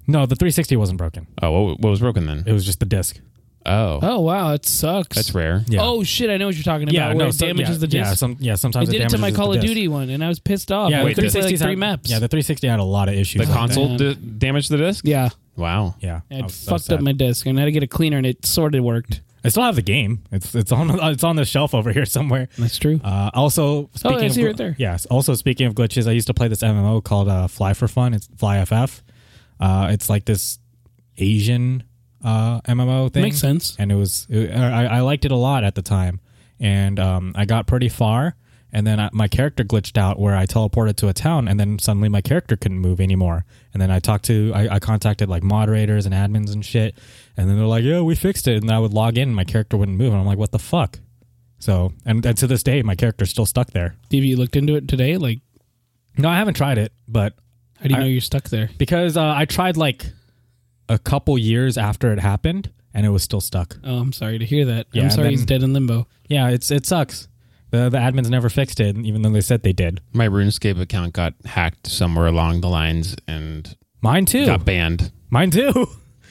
[SPEAKER 1] No, the 360 wasn't broken.
[SPEAKER 3] Oh, what, what was broken then?
[SPEAKER 1] It was just the disc.
[SPEAKER 3] Oh,
[SPEAKER 4] Oh wow, it sucks.
[SPEAKER 3] that's rare.
[SPEAKER 1] Yeah.
[SPEAKER 4] Oh shit, I know what you're talking about.
[SPEAKER 1] yeah,
[SPEAKER 4] where
[SPEAKER 1] no,
[SPEAKER 4] it
[SPEAKER 1] so- yeah,
[SPEAKER 4] damages the disc.
[SPEAKER 1] Yeah, some, yeah
[SPEAKER 4] I
[SPEAKER 1] sometimes
[SPEAKER 4] did it to my
[SPEAKER 1] damages
[SPEAKER 4] Call
[SPEAKER 1] the
[SPEAKER 4] of
[SPEAKER 1] disc.
[SPEAKER 4] Duty Oh, one, and I was pissed off.
[SPEAKER 1] Yeah,
[SPEAKER 4] I
[SPEAKER 3] Wait,
[SPEAKER 1] the
[SPEAKER 4] could play,
[SPEAKER 1] 360
[SPEAKER 4] like
[SPEAKER 1] had,
[SPEAKER 4] three maps.
[SPEAKER 1] Yeah, the 360 had a lot of issues.
[SPEAKER 3] The
[SPEAKER 1] with that.
[SPEAKER 3] console
[SPEAKER 4] Yeah.
[SPEAKER 3] d- damaged the disc.
[SPEAKER 4] yeah.
[SPEAKER 3] Wow.
[SPEAKER 1] Yeah, I
[SPEAKER 4] It
[SPEAKER 1] was- I was
[SPEAKER 4] fucked up
[SPEAKER 1] sad.
[SPEAKER 4] my disc, and I had to get a cleaner, and it sort of worked.
[SPEAKER 1] I still have the game. It's it's on *laughs* it's on the shelf over here somewhere.
[SPEAKER 4] That's true.
[SPEAKER 1] Uh, also, speaking
[SPEAKER 4] Oh, I
[SPEAKER 1] of
[SPEAKER 4] see
[SPEAKER 1] gl-
[SPEAKER 4] right there.
[SPEAKER 1] Yes. Also, speaking of glitches, I used to play this MMO called uh, Fly for Fun. It's Fly FF. Uh, it's like this Asian uh, MMO thing.
[SPEAKER 4] Makes sense.
[SPEAKER 1] And it was it, I, I liked it a lot at the time, and um, I got pretty far. And then I, my character glitched out where I teleported to a town, and then suddenly my character couldn't move anymore. And then I talked to, I, I contacted like moderators and admins and shit, and then they're like, "Yeah, we fixed it." And I would log in, and my character wouldn't move, and I'm like, "What the fuck?" So, and, and to this day, my character's still stuck there.
[SPEAKER 4] Have you looked into it today? Like,
[SPEAKER 1] No, I haven't tried it, but
[SPEAKER 4] how do you
[SPEAKER 1] I-
[SPEAKER 4] know you're stuck there?
[SPEAKER 1] because uh, I tried like a couple years after it happened, and it was still stuck.
[SPEAKER 4] Oh, I'm sorry to hear that.
[SPEAKER 1] Yeah,
[SPEAKER 4] I'm sorry
[SPEAKER 1] then-
[SPEAKER 4] he's dead in limbo.
[SPEAKER 1] Yeah, it's it sucks. The the admins never fixed it, even though they said they did.
[SPEAKER 3] My RuneScape account got hacked somewhere along the lines and
[SPEAKER 1] Mine too.
[SPEAKER 3] got banned.
[SPEAKER 1] Mine
[SPEAKER 4] *laughs*
[SPEAKER 1] too.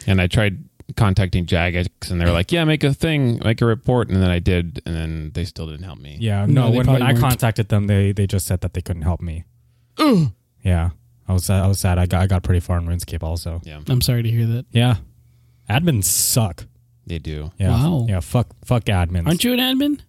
[SPEAKER 3] And I tried contacting Jagex, and they were like, "Yeah, make a thing, make a report." And then I did, and then they still didn't help me.
[SPEAKER 1] Yeah,
[SPEAKER 4] No,
[SPEAKER 1] no. when
[SPEAKER 4] they
[SPEAKER 1] when
[SPEAKER 4] probably
[SPEAKER 1] I
[SPEAKER 4] weren't.
[SPEAKER 1] contacted them, they they just said that they couldn't help me. yeah, I was sad- I was sad. I got I got pretty far in RuneScape also.
[SPEAKER 3] Yeah,
[SPEAKER 4] I'm sorry to hear that.
[SPEAKER 1] Yeah, admins suck.
[SPEAKER 3] they do.
[SPEAKER 1] Yeah,
[SPEAKER 4] Wow.
[SPEAKER 1] yeah. Fuck fuck admins.
[SPEAKER 4] Aren't you
[SPEAKER 1] *laughs*
[SPEAKER 4] an admin?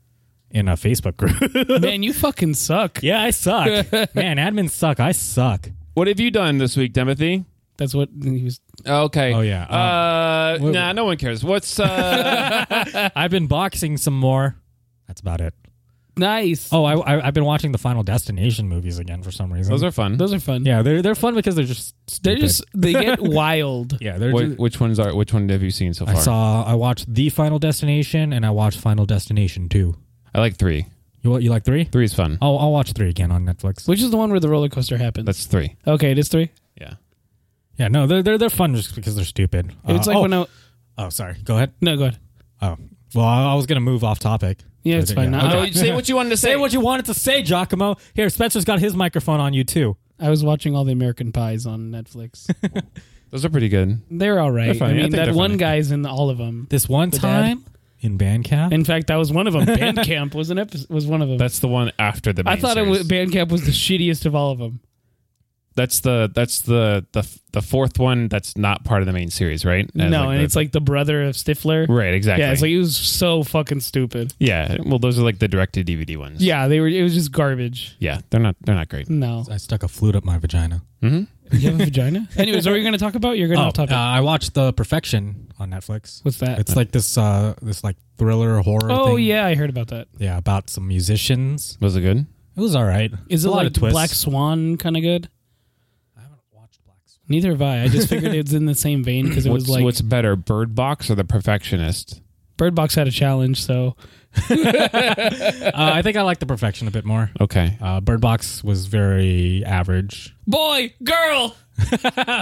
[SPEAKER 1] in a Facebook group? *laughs*
[SPEAKER 4] Man, you fucking suck.
[SPEAKER 1] yeah, I
[SPEAKER 4] *laughs*
[SPEAKER 1] suck. Man, admins suck. I suck.
[SPEAKER 3] What have you done this week, Timothy?
[SPEAKER 4] That's what he was.
[SPEAKER 3] Okay.
[SPEAKER 1] Oh, yeah. Um,
[SPEAKER 3] Uh,
[SPEAKER 1] what-
[SPEAKER 3] nah, no one cares. What's uh?
[SPEAKER 1] I've been boxing some more. That's about it.
[SPEAKER 4] Nice.
[SPEAKER 1] Oh, I, I I've been watching the Final Destination movies again for some reason.
[SPEAKER 3] those are fun.
[SPEAKER 4] Those are fun.
[SPEAKER 1] yeah, they're they're fun because they're just
[SPEAKER 4] They're
[SPEAKER 1] stupid.
[SPEAKER 4] just, they
[SPEAKER 1] *laughs*
[SPEAKER 4] get wild.
[SPEAKER 1] yeah they're
[SPEAKER 3] Wh-
[SPEAKER 1] just,
[SPEAKER 3] which ones are? Which one have you seen so far?
[SPEAKER 1] I saw I watched the Final Destination and I watched Final Destination two.
[SPEAKER 3] I like three.
[SPEAKER 1] You you like three?
[SPEAKER 3] Three is fun.
[SPEAKER 1] Oh, I'll watch three again on Netflix.
[SPEAKER 4] Which is the one where the roller coaster happens?
[SPEAKER 3] That's three.
[SPEAKER 4] okay, it is three.
[SPEAKER 3] Yeah.
[SPEAKER 1] Yeah, no, they're they're they're fun just because they're stupid. Uh,
[SPEAKER 4] It's like
[SPEAKER 1] oh,
[SPEAKER 4] when I.
[SPEAKER 1] oh, sorry. Go ahead.
[SPEAKER 4] No, go ahead.
[SPEAKER 1] Oh, well, I, I was gonna move off topic.
[SPEAKER 4] Yeah, it's fine. I-
[SPEAKER 1] Okay.
[SPEAKER 4] Oh,
[SPEAKER 3] say what you wanted to
[SPEAKER 1] Say what you wanted to say, Giacomo. Here, Spencer's got his microphone on you too.
[SPEAKER 4] I was watching all the American Pies on Netflix.
[SPEAKER 3] Those are pretty good.
[SPEAKER 4] they're all right.
[SPEAKER 3] fine.
[SPEAKER 4] I
[SPEAKER 3] I
[SPEAKER 4] mean,
[SPEAKER 3] think
[SPEAKER 4] that
[SPEAKER 3] they're
[SPEAKER 4] one
[SPEAKER 3] funny.
[SPEAKER 4] guy's in all of them.
[SPEAKER 1] This one
[SPEAKER 4] dad.
[SPEAKER 1] time in Bandcamp.
[SPEAKER 4] In fact, that was one of them. Bandcamp was an episode, was one of them.
[SPEAKER 3] That's the one after the.
[SPEAKER 4] I
[SPEAKER 3] main
[SPEAKER 4] thought it
[SPEAKER 3] series.
[SPEAKER 4] was Bandcamp was the shittiest of all of them.
[SPEAKER 3] That's the that's the the the fourth one. That's not part of the main series, right? As
[SPEAKER 4] no, and
[SPEAKER 3] the-
[SPEAKER 4] it's like the brother of Stifler.
[SPEAKER 3] right, exactly.
[SPEAKER 4] Yeah, it's like it was so fucking stupid.
[SPEAKER 3] yeah. Well, those are like the direct to DVD ones.
[SPEAKER 4] Yeah, they were. It was just garbage.
[SPEAKER 3] yeah. They're not they're not great.
[SPEAKER 4] No,
[SPEAKER 1] I stuck a flute up my vagina.
[SPEAKER 3] hmm
[SPEAKER 4] *laughs*
[SPEAKER 1] *laughs*
[SPEAKER 4] you have a vagina. Anyways, what are you going to talk about? You're going to off topic.
[SPEAKER 1] uh, I watched The Perfection on Netflix.
[SPEAKER 4] What's that?
[SPEAKER 1] It's like this uh this like thriller horror.
[SPEAKER 4] Oh
[SPEAKER 1] thing.
[SPEAKER 4] yeah, I heard about that.
[SPEAKER 1] yeah, about some musicians.
[SPEAKER 3] Was it good?
[SPEAKER 1] It was all right.
[SPEAKER 4] Is
[SPEAKER 1] a
[SPEAKER 4] it
[SPEAKER 1] lot
[SPEAKER 4] like
[SPEAKER 1] of twists.
[SPEAKER 4] Black Swan kind of good?
[SPEAKER 1] I haven't watched Black Swan.
[SPEAKER 4] Neither have I. I just figured it's in the same vein because it
[SPEAKER 3] What's
[SPEAKER 4] was like
[SPEAKER 3] what's better, Bird Box or The Perfectionist?
[SPEAKER 4] Bird Box had a challenge, so
[SPEAKER 1] uh, I think I like The Perfection a bit more.
[SPEAKER 3] Okay.
[SPEAKER 1] Uh, Bird Box was very average.
[SPEAKER 4] boy, girl,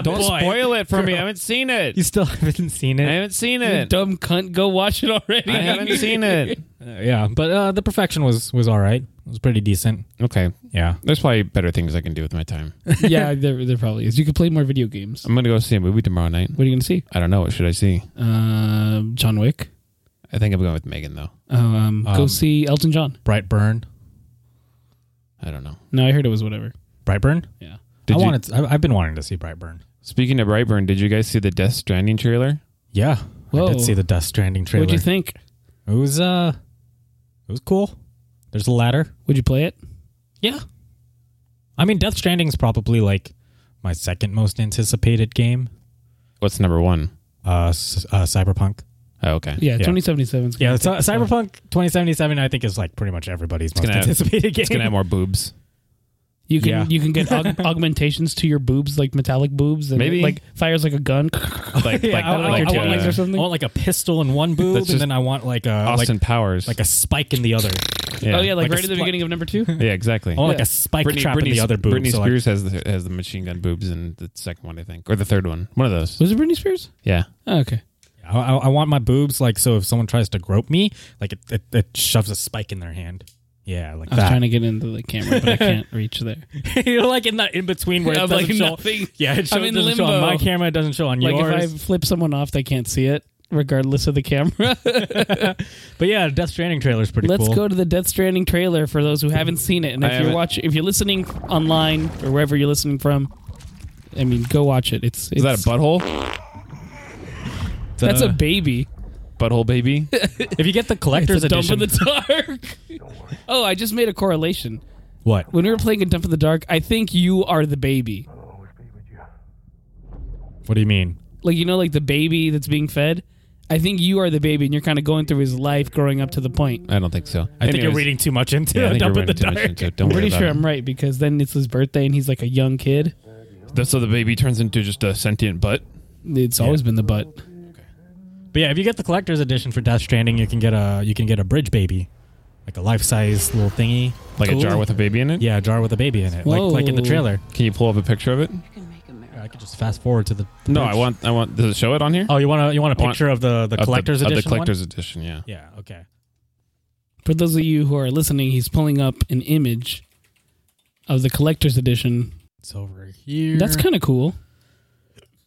[SPEAKER 3] Don't spoil it for me. I haven't seen it.
[SPEAKER 1] You still *laughs* haven't seen
[SPEAKER 3] I
[SPEAKER 1] it,
[SPEAKER 3] haven't seen it.
[SPEAKER 4] dumb cunt, go watch it already.
[SPEAKER 3] I haven't seen it.
[SPEAKER 1] Uh, yeah. But uh, The Perfection was was all right. It was pretty decent.
[SPEAKER 3] *laughs* Okay.
[SPEAKER 1] Yeah.
[SPEAKER 3] There's probably better things I can do with my time.
[SPEAKER 4] yeah, there, there probably is. You could play more video games.
[SPEAKER 3] I'm gonna go see a movie tomorrow night.
[SPEAKER 4] What are you going to see?
[SPEAKER 3] I don't know. What should I see?
[SPEAKER 4] Um, John Wick.
[SPEAKER 3] I think I'm going with Megan though.
[SPEAKER 4] Um, go
[SPEAKER 1] Um,
[SPEAKER 4] see Elton John.
[SPEAKER 1] Brightburn.
[SPEAKER 3] I don't know.
[SPEAKER 4] No, I heard it was whatever.
[SPEAKER 1] Brightburn.
[SPEAKER 4] Yeah.
[SPEAKER 3] Did
[SPEAKER 1] I
[SPEAKER 3] you,
[SPEAKER 1] wanted. To, I, I've been wanting to see Brightburn.
[SPEAKER 3] Speaking of Brightburn, did you guys see the Death Stranding trailer?
[SPEAKER 1] Yeah. I
[SPEAKER 4] Whoa.
[SPEAKER 1] did see the Dust Stranding trailer.
[SPEAKER 4] What'd you think?
[SPEAKER 1] It was uh, it was cool. There's a ladder.
[SPEAKER 4] Would you play it?
[SPEAKER 1] Yeah. I mean, Death Stranding's probably like my second most anticipated game.
[SPEAKER 3] What's number one?
[SPEAKER 1] Uh, s- uh Cyberpunk.
[SPEAKER 3] Oh, okay.
[SPEAKER 4] Yeah,
[SPEAKER 1] Yeah.
[SPEAKER 4] 2077.
[SPEAKER 1] Yeah, so, Cyberpunk 2077, I think, is like pretty much everybody's most
[SPEAKER 3] gonna have- *laughs*
[SPEAKER 1] anticipated game.
[SPEAKER 3] It's gonna have more boobs.
[SPEAKER 4] You can
[SPEAKER 1] Yeah.
[SPEAKER 4] you can
[SPEAKER 1] *laughs*
[SPEAKER 4] get aug- augmentations to your boobs, like metallic boobs, and
[SPEAKER 3] Maybe.
[SPEAKER 4] it, like fires like a gun.
[SPEAKER 3] Like,
[SPEAKER 1] Yeah,
[SPEAKER 3] like,
[SPEAKER 1] I, want,
[SPEAKER 3] like,
[SPEAKER 1] like, I, want
[SPEAKER 4] legs
[SPEAKER 1] like,
[SPEAKER 4] or something.
[SPEAKER 1] I want like a pistol in one boob,
[SPEAKER 3] That's
[SPEAKER 1] and
[SPEAKER 3] just
[SPEAKER 1] then I want like a
[SPEAKER 3] Austin
[SPEAKER 1] like,
[SPEAKER 3] Powers.
[SPEAKER 1] like a spike in the other.
[SPEAKER 4] oh yeah, like,
[SPEAKER 1] Like a
[SPEAKER 4] right at the
[SPEAKER 1] spl-
[SPEAKER 4] beginning of
[SPEAKER 1] *laughs*
[SPEAKER 4] number two.
[SPEAKER 3] yeah, exactly.
[SPEAKER 1] I want like
[SPEAKER 4] Yeah.
[SPEAKER 1] a spike
[SPEAKER 3] Britney,
[SPEAKER 1] trap in the other boob.
[SPEAKER 3] Britney
[SPEAKER 1] so, like,
[SPEAKER 3] Spears has the has the machine gun boobs in the second one, I think, or the third one, one of those.
[SPEAKER 4] Was it Britney Spears?
[SPEAKER 3] Yeah,
[SPEAKER 4] Oh, okay.
[SPEAKER 1] I, I- I want my boobs like so. If someone tries to grope me, like it, it, it shoves a spike in their hand. Yeah, like
[SPEAKER 4] I was trying
[SPEAKER 1] that.
[SPEAKER 4] to get into the camera, but
[SPEAKER 1] *laughs*
[SPEAKER 4] I can't reach there.
[SPEAKER 1] You're like in that in between where it
[SPEAKER 4] I'm
[SPEAKER 1] doesn't
[SPEAKER 4] like
[SPEAKER 1] show. *laughs*
[SPEAKER 4] nothing.
[SPEAKER 1] Yeah, it show,
[SPEAKER 4] I'm in
[SPEAKER 1] doesn't show on
[SPEAKER 4] limbo.
[SPEAKER 1] my camera. It doesn't show on
[SPEAKER 4] Like
[SPEAKER 1] yours.
[SPEAKER 4] if I flip someone off, they can't see it, regardless of the camera.
[SPEAKER 1] But yeah, Death Stranding trailer is pretty
[SPEAKER 4] Let's
[SPEAKER 1] cool.
[SPEAKER 4] go to the Death Stranding trailer for those who haven't seen it. And
[SPEAKER 3] I
[SPEAKER 4] if you're
[SPEAKER 3] haven't.
[SPEAKER 4] watching, if you're listening online or wherever you're listening from, I mean, go watch it. It's, it's
[SPEAKER 3] is that a uh, butthole?
[SPEAKER 4] that's a baby.
[SPEAKER 3] butthole baby.
[SPEAKER 1] If you get the collector's
[SPEAKER 4] It's a dump
[SPEAKER 1] edition,
[SPEAKER 4] in the dark.
[SPEAKER 3] *laughs*
[SPEAKER 4] oh, I just made a correlation.
[SPEAKER 1] what?
[SPEAKER 4] When we were playing a dump in the dark, I think you are the baby.
[SPEAKER 1] What do you mean?
[SPEAKER 4] Like you know, like the baby that's being fed. I think you are the baby, and you're kind of going through his life, growing up to the point.
[SPEAKER 3] I don't think so.
[SPEAKER 1] I think you're reading too much into
[SPEAKER 3] Yeah, I
[SPEAKER 1] the
[SPEAKER 3] think you're
[SPEAKER 1] dump in the
[SPEAKER 3] reading too
[SPEAKER 1] dark.
[SPEAKER 3] much into it. Don't
[SPEAKER 4] I'm
[SPEAKER 3] worry
[SPEAKER 4] pretty
[SPEAKER 3] about
[SPEAKER 4] sure
[SPEAKER 3] it.
[SPEAKER 4] I'm right because then it's his birthday, and he's like a young kid.
[SPEAKER 3] The- So the baby turns into just a sentient butt.
[SPEAKER 4] It's always been the butt.
[SPEAKER 1] But yeah, if you get the collector's edition for Death Stranding, you can get a you can get a bridge baby, like a life size little thingy.
[SPEAKER 3] Like
[SPEAKER 4] Cool.
[SPEAKER 3] a jar with a baby in it.
[SPEAKER 1] Yeah, a jar with a baby in it, like like in the
[SPEAKER 4] Whoa.
[SPEAKER 1] trailer.
[SPEAKER 3] Can you pull up a picture of it?
[SPEAKER 1] I could just fast forward to the. the
[SPEAKER 3] No,
[SPEAKER 1] bridge.
[SPEAKER 3] I want. I want. Does it show it on here?
[SPEAKER 1] Oh, you want a you want a
[SPEAKER 3] I want-
[SPEAKER 1] picture of the the
[SPEAKER 3] Of
[SPEAKER 1] collector's
[SPEAKER 3] of
[SPEAKER 1] edition?
[SPEAKER 3] the
[SPEAKER 1] one?
[SPEAKER 3] collector's edition. Yeah.
[SPEAKER 1] Yeah. Okay.
[SPEAKER 4] For those of you who are listening, he's pulling up an image of the collector's edition.
[SPEAKER 1] It's over here.
[SPEAKER 4] That's kind of cool.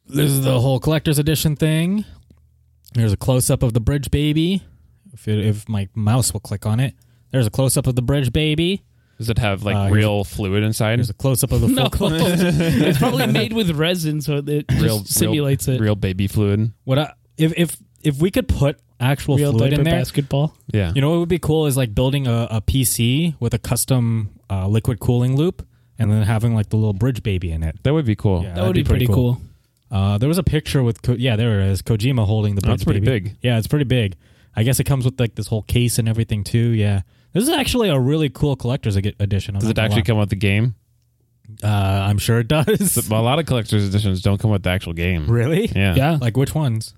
[SPEAKER 1] This is the whole collector's edition thing. There's a close up of the bridge baby. If it, if my mouse will click on it, there's a close up of the bridge baby.
[SPEAKER 3] Does it have like
[SPEAKER 1] Uh, here's-
[SPEAKER 3] real fluid inside?
[SPEAKER 1] There's a close up of the full
[SPEAKER 4] *laughs* No,
[SPEAKER 1] collector's
[SPEAKER 4] it's probably made with resin, so it it just
[SPEAKER 3] real
[SPEAKER 4] simulates
[SPEAKER 3] real,
[SPEAKER 4] it.
[SPEAKER 3] Real baby fluid.
[SPEAKER 1] What I, if if if we could put actual
[SPEAKER 4] Real
[SPEAKER 1] fluid
[SPEAKER 4] diaper
[SPEAKER 1] in there?
[SPEAKER 4] basketball.
[SPEAKER 3] Yeah.
[SPEAKER 1] You know what would be cool is like building a, a PC with a custom uh, liquid cooling loop, and then having like the little bridge baby in it.
[SPEAKER 3] that would be cool.
[SPEAKER 1] Yeah,
[SPEAKER 4] That would be, pretty cool.
[SPEAKER 1] Uh, there was a picture with Ko- yeah, there it is, Kojima holding the bridge.
[SPEAKER 3] That's pretty
[SPEAKER 1] baby.
[SPEAKER 3] big.
[SPEAKER 1] Yeah, it's pretty big. I guess it comes with like this whole case and everything too. Yeah, this is actually a really cool collector's edi- edition. I'm
[SPEAKER 3] Does
[SPEAKER 1] not
[SPEAKER 3] it
[SPEAKER 1] gonna
[SPEAKER 3] actually
[SPEAKER 1] lie.
[SPEAKER 3] come with the game?
[SPEAKER 1] Uh, I'm sure it *laughs* does.
[SPEAKER 3] A lot of collector's editions don't come with the actual game.
[SPEAKER 1] really?
[SPEAKER 3] Yeah.
[SPEAKER 4] Yeah.
[SPEAKER 1] Like which ones?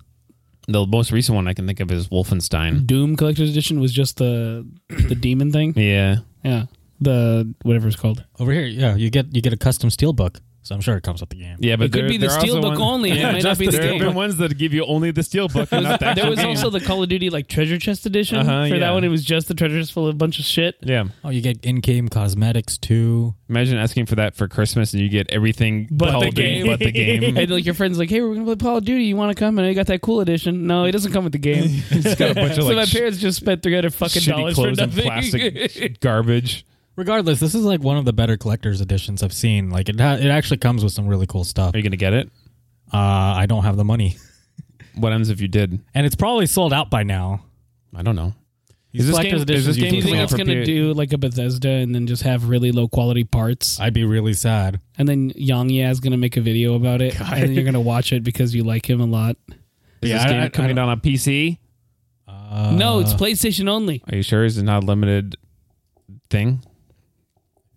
[SPEAKER 3] The most recent one I can think of is Wolfenstein.
[SPEAKER 4] Doom collector's edition was just the the demon thing.
[SPEAKER 3] Yeah.
[SPEAKER 4] Yeah. The whatever it's called.
[SPEAKER 1] Over here. Yeah, you get you get a custom steelbook, so I'm sure it comes with the game.
[SPEAKER 3] Yeah, but
[SPEAKER 4] It could
[SPEAKER 3] there-
[SPEAKER 4] be the
[SPEAKER 3] there are also
[SPEAKER 4] steelbook
[SPEAKER 3] one-
[SPEAKER 4] only, it might not
[SPEAKER 3] just
[SPEAKER 4] be the
[SPEAKER 3] there have
[SPEAKER 4] game.
[SPEAKER 3] been ones that give you only the steelbook and not the actual
[SPEAKER 4] There was
[SPEAKER 3] game.
[SPEAKER 4] also the Call of Duty like treasure chest edition.
[SPEAKER 3] Uh-huh,
[SPEAKER 4] For
[SPEAKER 3] yeah.
[SPEAKER 4] that one, it was just the treasure chest full of a bunch of shit.
[SPEAKER 3] yeah.
[SPEAKER 1] Oh, you get in-game cosmetics too.
[SPEAKER 3] Imagine asking for that for Christmas and you get everything
[SPEAKER 4] But
[SPEAKER 3] Call
[SPEAKER 4] the
[SPEAKER 3] of Duty
[SPEAKER 4] game.
[SPEAKER 3] but the
[SPEAKER 4] *laughs*
[SPEAKER 3] game.
[SPEAKER 4] And like your friends, like, hey, we're gonna play Call of Duty. You want to come? And I got that cool edition. No, it doesn't come with the
[SPEAKER 3] *laughs*
[SPEAKER 4] game.
[SPEAKER 3] it's got a bunch of
[SPEAKER 4] so my
[SPEAKER 3] like sh-
[SPEAKER 4] parents just spent three hundred fucking
[SPEAKER 3] shitty
[SPEAKER 4] dollars for
[SPEAKER 3] clothes
[SPEAKER 4] nothing. *laughs*
[SPEAKER 3] and plastic garbage.
[SPEAKER 1] Regardless, this is like one of the better collector's editions I've seen. Like it, ha- it actually comes with some really cool stuff.
[SPEAKER 3] Are you gonna get it?
[SPEAKER 1] Uh, I don't have the money,
[SPEAKER 3] What ends if you did?
[SPEAKER 1] and it's probably sold out by now.
[SPEAKER 3] I don't know.
[SPEAKER 1] These
[SPEAKER 3] Is this
[SPEAKER 1] collector's
[SPEAKER 3] game- is
[SPEAKER 1] editions
[SPEAKER 3] this game
[SPEAKER 4] Do you
[SPEAKER 1] usually
[SPEAKER 4] think
[SPEAKER 1] sell
[SPEAKER 4] it's
[SPEAKER 1] out.
[SPEAKER 3] for
[SPEAKER 4] gonna
[SPEAKER 3] P-
[SPEAKER 4] do like a Bethesda and then just have really low quality parts?
[SPEAKER 1] I'd be really sad.
[SPEAKER 4] And then Yang Ya is gonna make a video about it, and then you're gonna watch it because you like him a lot.
[SPEAKER 3] Is
[SPEAKER 1] Yeah,
[SPEAKER 3] this
[SPEAKER 1] I-
[SPEAKER 3] game
[SPEAKER 1] I- I
[SPEAKER 3] coming
[SPEAKER 1] don't-
[SPEAKER 3] on a PC?
[SPEAKER 1] Uh,
[SPEAKER 4] no, it's PlayStation only.
[SPEAKER 3] Are you sure? Is it not a limited thing?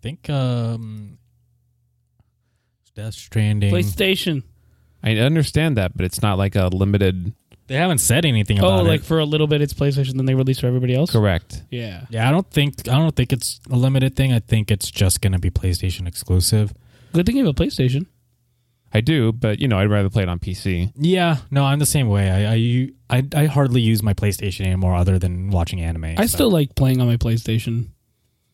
[SPEAKER 1] I think um, Death Stranding.
[SPEAKER 4] PlayStation.
[SPEAKER 3] I understand that, but it's not like a limited.
[SPEAKER 1] they haven't said anything
[SPEAKER 4] Oh,
[SPEAKER 1] about
[SPEAKER 4] like
[SPEAKER 1] it.
[SPEAKER 4] for a little bit it's PlayStation, then they release for everybody else.
[SPEAKER 3] Correct.
[SPEAKER 4] Yeah.
[SPEAKER 1] Yeah, I don't think I don't think it's a limited thing. I think it's just gonna be PlayStation exclusive.
[SPEAKER 4] Good thing you have a PlayStation.
[SPEAKER 3] I do, but you know, I'd rather play it on PC.
[SPEAKER 1] Yeah, no, I'm the same way. I I u- I, I hardly use my PlayStation anymore, other than watching anime.
[SPEAKER 4] I
[SPEAKER 1] so.
[SPEAKER 4] still like playing on my PlayStation.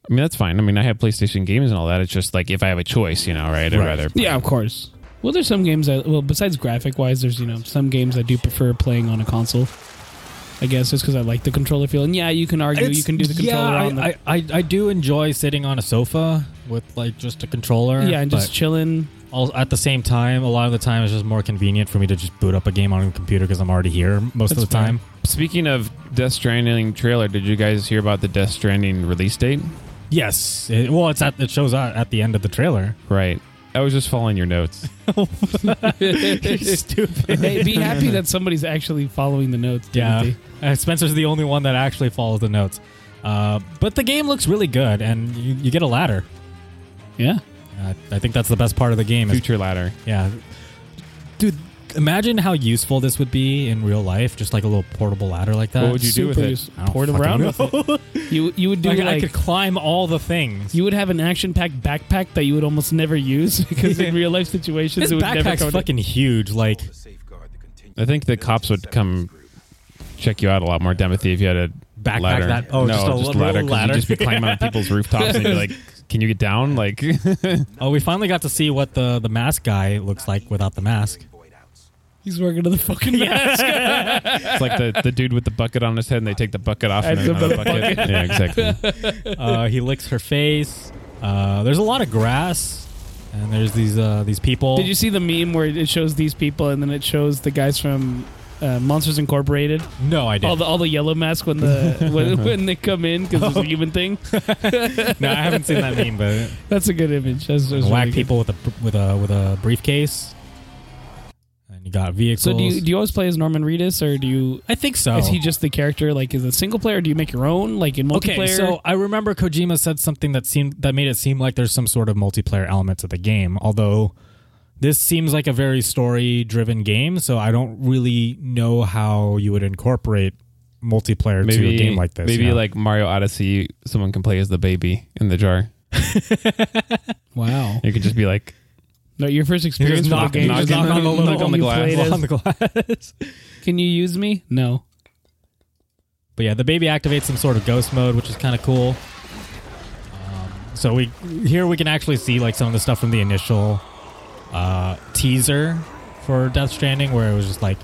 [SPEAKER 3] I mean, that's fine. I mean, I have PlayStation games and all that. It's just like if I have a choice, you know, right? I'd rather.
[SPEAKER 4] Yeah, of course. Well, there's some games that well, besides graphic wise, there's you know some games I do prefer playing on a console. I guess just because I like the controller feel, and yeah, you can argue you
[SPEAKER 1] It's-
[SPEAKER 4] can do the controller
[SPEAKER 1] yeah,
[SPEAKER 4] on the
[SPEAKER 1] I, I, I I do enjoy sitting on a sofa with like just a controller.
[SPEAKER 4] yeah, and just
[SPEAKER 1] but
[SPEAKER 4] *laughs* chilling.
[SPEAKER 1] al- at the same time, a lot of the time it's just more convenient for me to just boot up a game on the computer because I'm already here most of
[SPEAKER 4] That's
[SPEAKER 1] the time.
[SPEAKER 3] Speaking of Death Stranding trailer, did you guys hear about the Death Stranding release date?
[SPEAKER 1] Yes, it, well, it's at it shows out at the end of the
[SPEAKER 4] *laughs*
[SPEAKER 1] trailer.
[SPEAKER 3] Right. I was just following your notes.
[SPEAKER 1] Stupid.
[SPEAKER 4] hey, be happy that somebody's actually following the notes.
[SPEAKER 1] Yeah,
[SPEAKER 4] Timothy.
[SPEAKER 1] uh, Spencer's the only one that actually follows the notes. Uh, but the game looks really good, and you, you get a ladder.
[SPEAKER 4] yeah.
[SPEAKER 1] I, I think *laughs* that's the best part of the game. Is,
[SPEAKER 3] Future ladder.
[SPEAKER 1] yeah, dude, imagine how useful this would be in real life. Just like a little portable ladder like that.
[SPEAKER 3] What would you do with
[SPEAKER 4] Super
[SPEAKER 3] it?
[SPEAKER 4] use-
[SPEAKER 1] I don't
[SPEAKER 4] Poured
[SPEAKER 1] fucking
[SPEAKER 4] around
[SPEAKER 1] know.
[SPEAKER 4] with it. You you would do
[SPEAKER 1] Like,
[SPEAKER 4] like,
[SPEAKER 1] I could climb all the things.
[SPEAKER 4] you would have an action-packed backpack that you would almost never use *laughs* because in real life situations
[SPEAKER 1] this
[SPEAKER 4] it would never
[SPEAKER 1] backpack's
[SPEAKER 4] come.
[SPEAKER 1] fucking huge. Like,
[SPEAKER 3] I think the cops would come check you out a lot more, Demethy, if you had a
[SPEAKER 1] Backpack
[SPEAKER 3] ladder.
[SPEAKER 1] that- oh,
[SPEAKER 3] no,
[SPEAKER 1] just a little
[SPEAKER 3] ladder. 'cause
[SPEAKER 1] ladder.
[SPEAKER 3] You'd just be climbing on people's rooftops and you'd be like,
[SPEAKER 1] *laughs*
[SPEAKER 3] "Can you get down?" Like,
[SPEAKER 1] oh, we finally got to see what the the mask guy looks like without the mask.
[SPEAKER 4] He's working on the *laughs* fucking mask.
[SPEAKER 3] It's like the, the dude with the bucket on his head, and they take the bucket off and
[SPEAKER 4] Adds
[SPEAKER 3] then another
[SPEAKER 4] another
[SPEAKER 3] bucket. yeah, exactly.
[SPEAKER 1] Uh, he licks her face. Uh, there's a lot of grass, and there's these uh, these people.
[SPEAKER 4] Did you see the meme where it shows these people and then it shows the guys from uh, Monsters Incorporated?
[SPEAKER 1] no, I
[SPEAKER 4] All
[SPEAKER 1] didn't.
[SPEAKER 4] the all the yellow masks when the when, when they come in because it's a human thing.
[SPEAKER 1] *laughs* Oh. *laughs* no, I haven't seen that meme, but
[SPEAKER 4] *laughs* That's a good image. That's, that's
[SPEAKER 1] whack
[SPEAKER 4] really good.
[SPEAKER 1] people with a with a with a briefcase. And you got vehicles.
[SPEAKER 4] So do you do you always play as Norman Reedus or do you?
[SPEAKER 1] I think so.
[SPEAKER 4] Is he just the character? Like, is it single player? Or do you make your own? Like in multiplayer?
[SPEAKER 1] Okay, so I remember Kojima said something that seemed that made it seem like there's some sort of multiplayer element to the game. Although this seems like a very story-driven game, so I don't really know how you would incorporate multiplayer to a
[SPEAKER 3] Maybe
[SPEAKER 1] game like this.
[SPEAKER 3] Maybe
[SPEAKER 1] you know?
[SPEAKER 3] like Mario Odyssey, someone can play as the baby in the jar.
[SPEAKER 4] wow.
[SPEAKER 3] You could just be like,
[SPEAKER 4] No, your first
[SPEAKER 1] You
[SPEAKER 4] experience
[SPEAKER 1] just
[SPEAKER 4] with
[SPEAKER 1] knock,
[SPEAKER 4] the game.
[SPEAKER 1] knock,
[SPEAKER 4] just
[SPEAKER 3] knock
[SPEAKER 4] knock
[SPEAKER 3] on the-
[SPEAKER 4] on the,
[SPEAKER 3] knock on the
[SPEAKER 4] you
[SPEAKER 3] glass.
[SPEAKER 4] played
[SPEAKER 1] knock *laughs*
[SPEAKER 4] as.
[SPEAKER 1] on the glass.
[SPEAKER 4] Can you use me? No.
[SPEAKER 1] But yeah, the baby activates some sort of ghost mode, which is kind of cool. Um, so we here we can actually see like some of the stuff from the initial uh, teaser for Death Stranding, where it was just like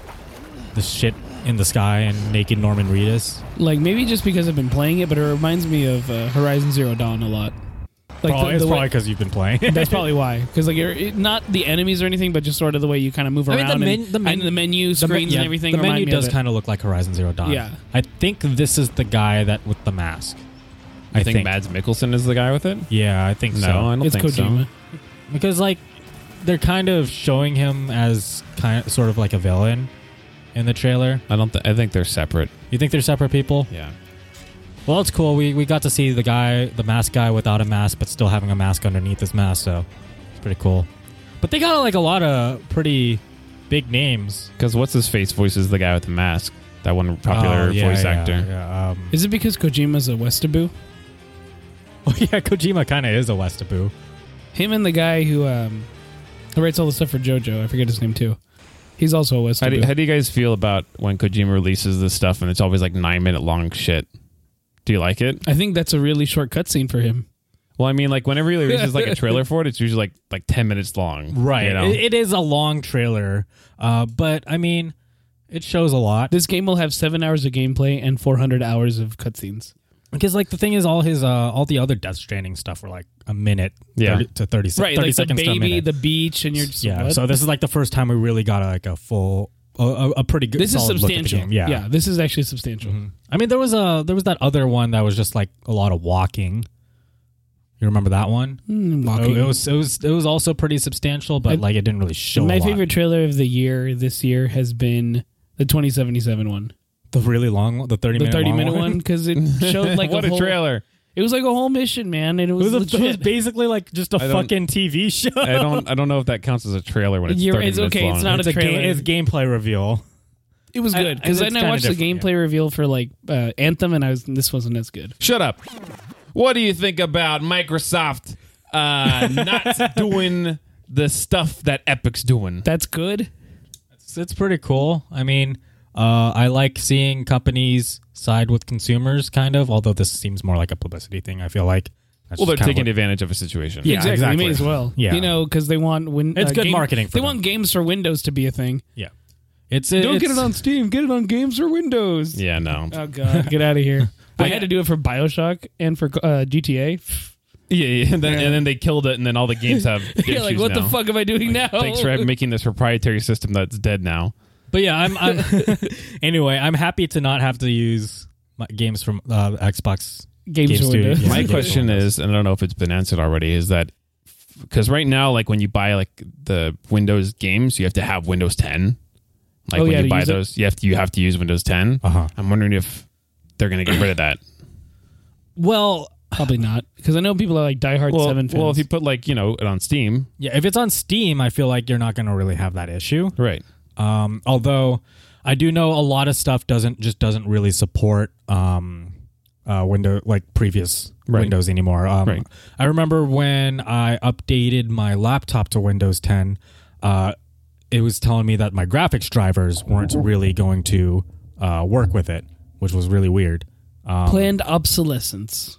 [SPEAKER 1] the shit in the sky and naked Norman Reedus.
[SPEAKER 4] Like maybe just because I've been playing it, but it reminds me of uh, Horizon Zero Dawn a lot. Like
[SPEAKER 1] probably,
[SPEAKER 4] the,
[SPEAKER 1] it's
[SPEAKER 4] the
[SPEAKER 1] probably
[SPEAKER 4] way,
[SPEAKER 1] because you've been *laughs* playing.
[SPEAKER 4] that's probably why. Because like it, it- not the enemies or anything, but just sort of the way you kind of move
[SPEAKER 1] I mean, the
[SPEAKER 4] around
[SPEAKER 1] men-
[SPEAKER 4] and,
[SPEAKER 1] the men-
[SPEAKER 4] and the menu
[SPEAKER 1] The
[SPEAKER 4] screens
[SPEAKER 1] men- yeah,
[SPEAKER 4] and everything.
[SPEAKER 1] The
[SPEAKER 4] remind
[SPEAKER 1] menu
[SPEAKER 4] me
[SPEAKER 1] does
[SPEAKER 4] of it.
[SPEAKER 1] kind of look like Horizon Zero Dawn.
[SPEAKER 4] Yeah.
[SPEAKER 1] I think this is the guy that with the mask.
[SPEAKER 3] I think, Mads Mikkelsen is the guy with it.
[SPEAKER 1] Yeah, I think
[SPEAKER 3] No,
[SPEAKER 1] so.
[SPEAKER 3] I don't
[SPEAKER 4] It's
[SPEAKER 3] think
[SPEAKER 4] Kojima.
[SPEAKER 3] so.
[SPEAKER 1] because like they're kind of showing him as kind of, sort of like a villain in the trailer.
[SPEAKER 3] I don't. Th- I think they're separate.
[SPEAKER 1] You think they're separate people?
[SPEAKER 3] Yeah.
[SPEAKER 1] Well, it's cool. We we got to see the guy, the mask guy, without a mask, but still having a mask underneath his mask. So it's pretty cool. But they got like a lot of pretty big names.
[SPEAKER 3] Because what's his face voices the guy with the mask? That one popular
[SPEAKER 1] Oh, yeah,
[SPEAKER 3] voice
[SPEAKER 1] yeah,
[SPEAKER 3] actor.
[SPEAKER 1] Yeah, um,
[SPEAKER 4] Is it because Kojima's a Westaboo?
[SPEAKER 1] *laughs* oh, yeah Kojima kind of is a Westaboo.
[SPEAKER 4] Him and the guy who um, who writes all the stuff for JoJo. I forget his name too. He's also a
[SPEAKER 3] How do,
[SPEAKER 4] Westaboo.
[SPEAKER 3] how do you guys feel about when Kojima releases this stuff and it's always like nine minute long shit? Do you like it?
[SPEAKER 4] I think that's a really short cutscene for him.
[SPEAKER 3] Well, I mean, like whenever he releases like
[SPEAKER 4] *laughs*
[SPEAKER 3] a trailer for it, it's usually like like ten minutes long, You know?
[SPEAKER 1] It- it is a long trailer, uh, but I mean, it shows a lot.
[SPEAKER 4] This game will have seven hours of gameplay and 400 hours of cutscenes.
[SPEAKER 1] Because like the thing is, all his uh, all the other Death Stranding stuff were like a minute,
[SPEAKER 3] Yeah.
[SPEAKER 1] 30 to thirty, se- 30
[SPEAKER 4] like the
[SPEAKER 1] seconds to a
[SPEAKER 4] baby,
[SPEAKER 1] minute.
[SPEAKER 4] the beach, and you're just
[SPEAKER 1] yeah,
[SPEAKER 4] what?
[SPEAKER 1] so this is like the first time we really got a, like a full, a, a, a pretty good.
[SPEAKER 4] this is
[SPEAKER 1] solid look at the
[SPEAKER 4] substantial.
[SPEAKER 1] game.
[SPEAKER 4] yeah.
[SPEAKER 1] Yeah. Mm-hmm.
[SPEAKER 4] this is actually substantial.
[SPEAKER 1] I mean, there was a there was that other one that was just like a lot of walking. You remember that one?
[SPEAKER 4] Mm, walking.
[SPEAKER 1] It, it was it was it was also pretty substantial, but
[SPEAKER 4] And-
[SPEAKER 1] like it didn't really show. a
[SPEAKER 4] My
[SPEAKER 1] lot.
[SPEAKER 4] favorite trailer of the year this year has been the 2077 one,
[SPEAKER 1] the really long, one, the thirty
[SPEAKER 4] the
[SPEAKER 1] minute
[SPEAKER 4] 30
[SPEAKER 1] long
[SPEAKER 4] minute
[SPEAKER 1] one. *laughs*
[SPEAKER 4] one, because it showed like
[SPEAKER 3] what a,
[SPEAKER 4] whole,
[SPEAKER 3] trailer!
[SPEAKER 4] It was like a whole mission, man. And it
[SPEAKER 1] It
[SPEAKER 4] was,
[SPEAKER 1] was, a, it was
[SPEAKER 4] legit.
[SPEAKER 1] basically like just a
[SPEAKER 3] I don't-
[SPEAKER 1] fucking TV show.
[SPEAKER 3] I don't I don't know if that counts as a trailer when it's
[SPEAKER 4] You're-
[SPEAKER 3] thirty
[SPEAKER 4] it's
[SPEAKER 3] minutes
[SPEAKER 4] okay,
[SPEAKER 3] long.
[SPEAKER 4] it's not
[SPEAKER 1] it's
[SPEAKER 4] a
[SPEAKER 1] ga-
[SPEAKER 4] trailer.
[SPEAKER 1] it's gameplay reveal.
[SPEAKER 4] it was
[SPEAKER 1] I-
[SPEAKER 4] good
[SPEAKER 1] I-
[SPEAKER 4] because
[SPEAKER 1] it's
[SPEAKER 4] then *laughs* I
[SPEAKER 1] kinda
[SPEAKER 4] watched the
[SPEAKER 1] different,
[SPEAKER 4] gameplay reveal for like uh, Anthem, and I was this wasn't as good.
[SPEAKER 3] Shut up! What do you think about Microsoft
[SPEAKER 4] *laughs*
[SPEAKER 3] uh, not doing the stuff that Epic's doing?
[SPEAKER 4] That's good.
[SPEAKER 1] It's, it's pretty cool. I mean, uh, I like seeing companies side with consumers, kind of. Although this seems more like a publicity thing. I feel like. That's
[SPEAKER 3] Well, they're
[SPEAKER 1] just kind of
[SPEAKER 3] taking
[SPEAKER 1] what-
[SPEAKER 3] advantage of a situation.
[SPEAKER 1] Yeah,
[SPEAKER 4] exactly.
[SPEAKER 1] exactly.
[SPEAKER 4] You may as well.
[SPEAKER 1] Yeah.
[SPEAKER 4] You know, because they want win. uh,
[SPEAKER 1] It's good marketing for
[SPEAKER 4] they
[SPEAKER 1] them.
[SPEAKER 4] want games for Windows to be a thing.
[SPEAKER 1] Yeah, it's it,
[SPEAKER 4] Don't
[SPEAKER 1] it's,
[SPEAKER 4] get it on Steam. Get it on games for Windows.
[SPEAKER 3] Yeah, no.
[SPEAKER 4] Oh god, get out
[SPEAKER 1] *laughs*
[SPEAKER 4] of here! I had to do it for Bioshock and for uh, *laughs* GTA.
[SPEAKER 3] *laughs* Yeah, yeah. And, then, and then they killed it, and then all the
[SPEAKER 4] *laughs*
[SPEAKER 3] games have.
[SPEAKER 4] Yeah, like
[SPEAKER 3] issues
[SPEAKER 4] what the
[SPEAKER 3] now.
[SPEAKER 4] fuck Oh. am I doing now?
[SPEAKER 3] Thanks for
[SPEAKER 4] *laughs*
[SPEAKER 3] making this proprietary system that's dead now.
[SPEAKER 1] But *laughs* yeah, I'm.
[SPEAKER 4] *laughs*
[SPEAKER 1] I'm *laughs* anyway, I'm happy to not have to use my games from uh, Xbox.
[SPEAKER 4] games
[SPEAKER 1] Game
[SPEAKER 4] for
[SPEAKER 1] Studio,
[SPEAKER 4] Windows.
[SPEAKER 1] yeah.
[SPEAKER 3] My question is, and I don't know if it's been answered already, is that because right now, like when you buy like the Windows games, you have to have Windows 10. Like
[SPEAKER 4] Oh,
[SPEAKER 3] when
[SPEAKER 4] yeah,
[SPEAKER 3] you
[SPEAKER 4] to
[SPEAKER 3] buy
[SPEAKER 4] use it?
[SPEAKER 3] those, you have to you have to use Windows 10.
[SPEAKER 1] Uh-huh.
[SPEAKER 3] I'm wondering if they're going to get rid of that.
[SPEAKER 1] *laughs* Well,
[SPEAKER 4] Probably not, because I know people are like diehard
[SPEAKER 3] Well,
[SPEAKER 4] Seven fans.
[SPEAKER 3] well, if you put like you know it on Steam,
[SPEAKER 1] Yeah, if it's on Steam, I feel like you're not going to really have that issue.
[SPEAKER 3] right?
[SPEAKER 1] Um, although I do know a lot of stuff doesn't just doesn't really support um, uh, window like previous
[SPEAKER 3] Right.
[SPEAKER 1] Windows anymore. Um,
[SPEAKER 3] Right.
[SPEAKER 1] I remember when I updated my laptop to Windows 10, uh, it was telling me that my graphics drivers weren't really going to uh, work with it, which was really weird. Um,
[SPEAKER 4] planned obsolescence.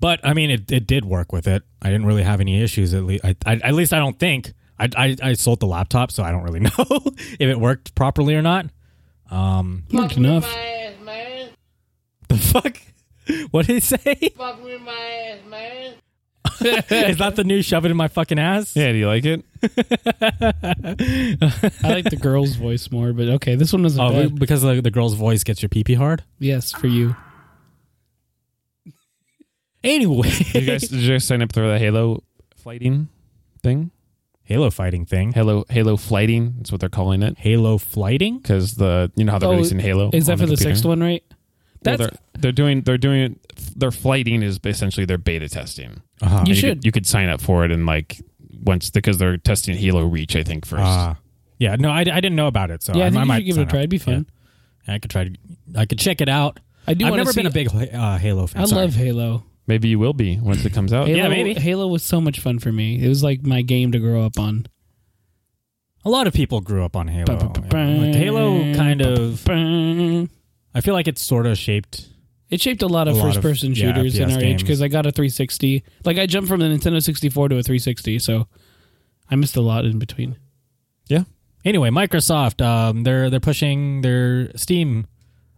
[SPEAKER 1] but I mean, it, it did work with it. I didn't really have any issues. At least, I, I, at least I don't think. I, I, I sold the laptop, so I don't really *laughs* know if it worked properly or not.
[SPEAKER 4] Not enough.
[SPEAKER 5] my ass, man.
[SPEAKER 4] *laughs*
[SPEAKER 1] The fuck? What did he *laughs* say?
[SPEAKER 5] Fuck with my ass, man.
[SPEAKER 1] Is that the new shove it in my fucking ass?
[SPEAKER 3] Yeah, do you like it?
[SPEAKER 4] I like the girl's voice more, but okay, this one was not
[SPEAKER 1] Oh,
[SPEAKER 4] bad.
[SPEAKER 1] because the, the girl's voice gets your pee pee hard.
[SPEAKER 4] yes for you.
[SPEAKER 1] Anyway,
[SPEAKER 3] Did you guys did you guys sign up for the Halo flighting thing?
[SPEAKER 1] Halo fighting thing.
[SPEAKER 3] Halo Halo flighting. That's what they're calling it
[SPEAKER 1] Halo flighting.
[SPEAKER 3] because the you know how they're
[SPEAKER 4] Oh,
[SPEAKER 3] releasing Halo.
[SPEAKER 4] Is that
[SPEAKER 3] on
[SPEAKER 4] for the
[SPEAKER 3] computer?
[SPEAKER 4] sixth one, right?
[SPEAKER 3] Well,
[SPEAKER 4] That's
[SPEAKER 3] they're, they're doing they're doing their flighting is essentially their beta testing.
[SPEAKER 1] Uh-huh.
[SPEAKER 4] you
[SPEAKER 3] you
[SPEAKER 4] should.
[SPEAKER 3] Could, you could sign up for it and like once because they're testing Halo Reach, I think first.
[SPEAKER 1] Ah. yeah, no, I, I didn't know about it, so
[SPEAKER 4] yeah, I,
[SPEAKER 1] I,
[SPEAKER 4] think
[SPEAKER 1] I
[SPEAKER 4] you
[SPEAKER 1] might
[SPEAKER 4] should give it
[SPEAKER 1] sign
[SPEAKER 4] a try.
[SPEAKER 1] up.
[SPEAKER 4] It'd be fun.
[SPEAKER 1] Yeah. I could try. To, I could check it out.
[SPEAKER 4] I do.
[SPEAKER 1] I've
[SPEAKER 4] wanna
[SPEAKER 1] never
[SPEAKER 4] see,
[SPEAKER 1] been a big uh, Halo fan.
[SPEAKER 4] I
[SPEAKER 1] Sorry. Oh,
[SPEAKER 4] love Halo.
[SPEAKER 3] Maybe you will be once it comes out.
[SPEAKER 4] Halo.
[SPEAKER 1] Yeah, maybe.
[SPEAKER 4] Halo was so much fun for me. It was like my game to grow up on.
[SPEAKER 1] A lot of people grew up on Halo.
[SPEAKER 4] Ba-ba-ba-ba.
[SPEAKER 1] Like, Oh, Halo kind of.
[SPEAKER 4] Bang.
[SPEAKER 1] I feel like it's sort of shaped.
[SPEAKER 4] It shaped a lot of
[SPEAKER 1] A lot of,
[SPEAKER 4] first person
[SPEAKER 1] yeah,
[SPEAKER 4] shooters in
[SPEAKER 1] FPS
[SPEAKER 4] our age
[SPEAKER 1] games.
[SPEAKER 4] because I got a 360. Like I jumped from the Nintendo 64 to a 360, so I missed a lot in between.
[SPEAKER 1] Anyway, Microsoft, um, they're they're pushing their Steam.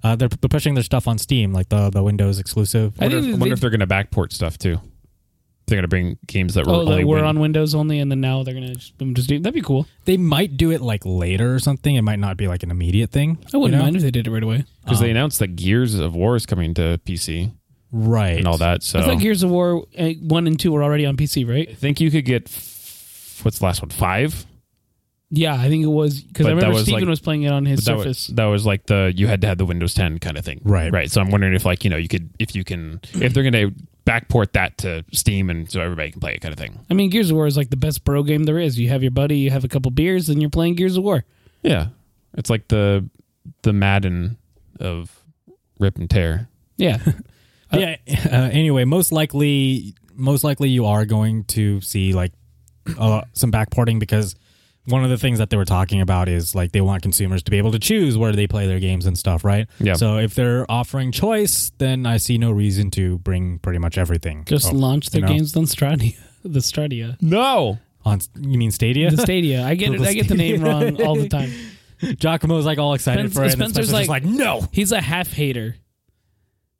[SPEAKER 1] Uh, they're, they're pushing their stuff on Steam, like the the Windows exclusive.
[SPEAKER 4] I
[SPEAKER 3] I
[SPEAKER 4] think
[SPEAKER 3] wonder, if, I
[SPEAKER 4] that
[SPEAKER 3] wonder
[SPEAKER 4] they-
[SPEAKER 3] if they're going to backport stuff too. They're going to bring games that were
[SPEAKER 4] Oh,
[SPEAKER 3] only
[SPEAKER 4] like we're
[SPEAKER 3] Win-
[SPEAKER 4] on Windows only, and then now they're gonna just, boom, just do, that'd be cool.
[SPEAKER 1] They might do it like later or something. It might not be like an immediate thing.
[SPEAKER 4] I wouldn't
[SPEAKER 1] you know?
[SPEAKER 4] mind if they did it right away.
[SPEAKER 3] because they announced that Gears of War is coming to PC
[SPEAKER 1] Right.
[SPEAKER 3] and all that. So
[SPEAKER 4] I
[SPEAKER 1] Oh.
[SPEAKER 4] thought Gears of War uh, one and two were already on PC, right?
[SPEAKER 3] I think you could get f- what's the last one five.
[SPEAKER 4] Yeah, I think it was because I
[SPEAKER 3] But that
[SPEAKER 4] remember
[SPEAKER 3] was,
[SPEAKER 4] Steven
[SPEAKER 3] like-
[SPEAKER 4] was playing it on his
[SPEAKER 3] But that
[SPEAKER 4] Surface.
[SPEAKER 3] was, that was like the you had to have the Windows 10 kind of thing,
[SPEAKER 1] Right.
[SPEAKER 3] Right. So I'm wondering if like you know you could if you can if they're going to backport that to Steam and so everybody can play it kind of thing.
[SPEAKER 4] I mean, Gears of War is like the best bro game there is. You have your buddy, you have a couple beers, and you're playing Gears of War.
[SPEAKER 3] Yeah, it's like the the Madden of rip and tear.
[SPEAKER 1] *laughs*
[SPEAKER 4] Yeah,
[SPEAKER 1] yeah. Uh, anyway, most likely, most likely you are going to see like uh, some backporting because one of the things that they were talking about is like they want consumers to be able to choose where they play their games and stuff, right?
[SPEAKER 3] Yeah.
[SPEAKER 1] So if they're offering choice, then I see no reason to bring pretty much everything.
[SPEAKER 4] just
[SPEAKER 1] Oh,
[SPEAKER 4] launch their
[SPEAKER 1] you know.
[SPEAKER 4] games on Stradia, *laughs* the Stradia,
[SPEAKER 3] No,
[SPEAKER 1] on. You mean Stadia?
[SPEAKER 4] the Stadia. I get it,
[SPEAKER 1] Google
[SPEAKER 4] I get the name wrong all the time.
[SPEAKER 1] *laughs* Giacomo's like all excited
[SPEAKER 4] Spencer-
[SPEAKER 1] for it. And then
[SPEAKER 4] Spencer's
[SPEAKER 1] Spencer's just
[SPEAKER 4] like-
[SPEAKER 1] like, no.
[SPEAKER 4] He's a half hater.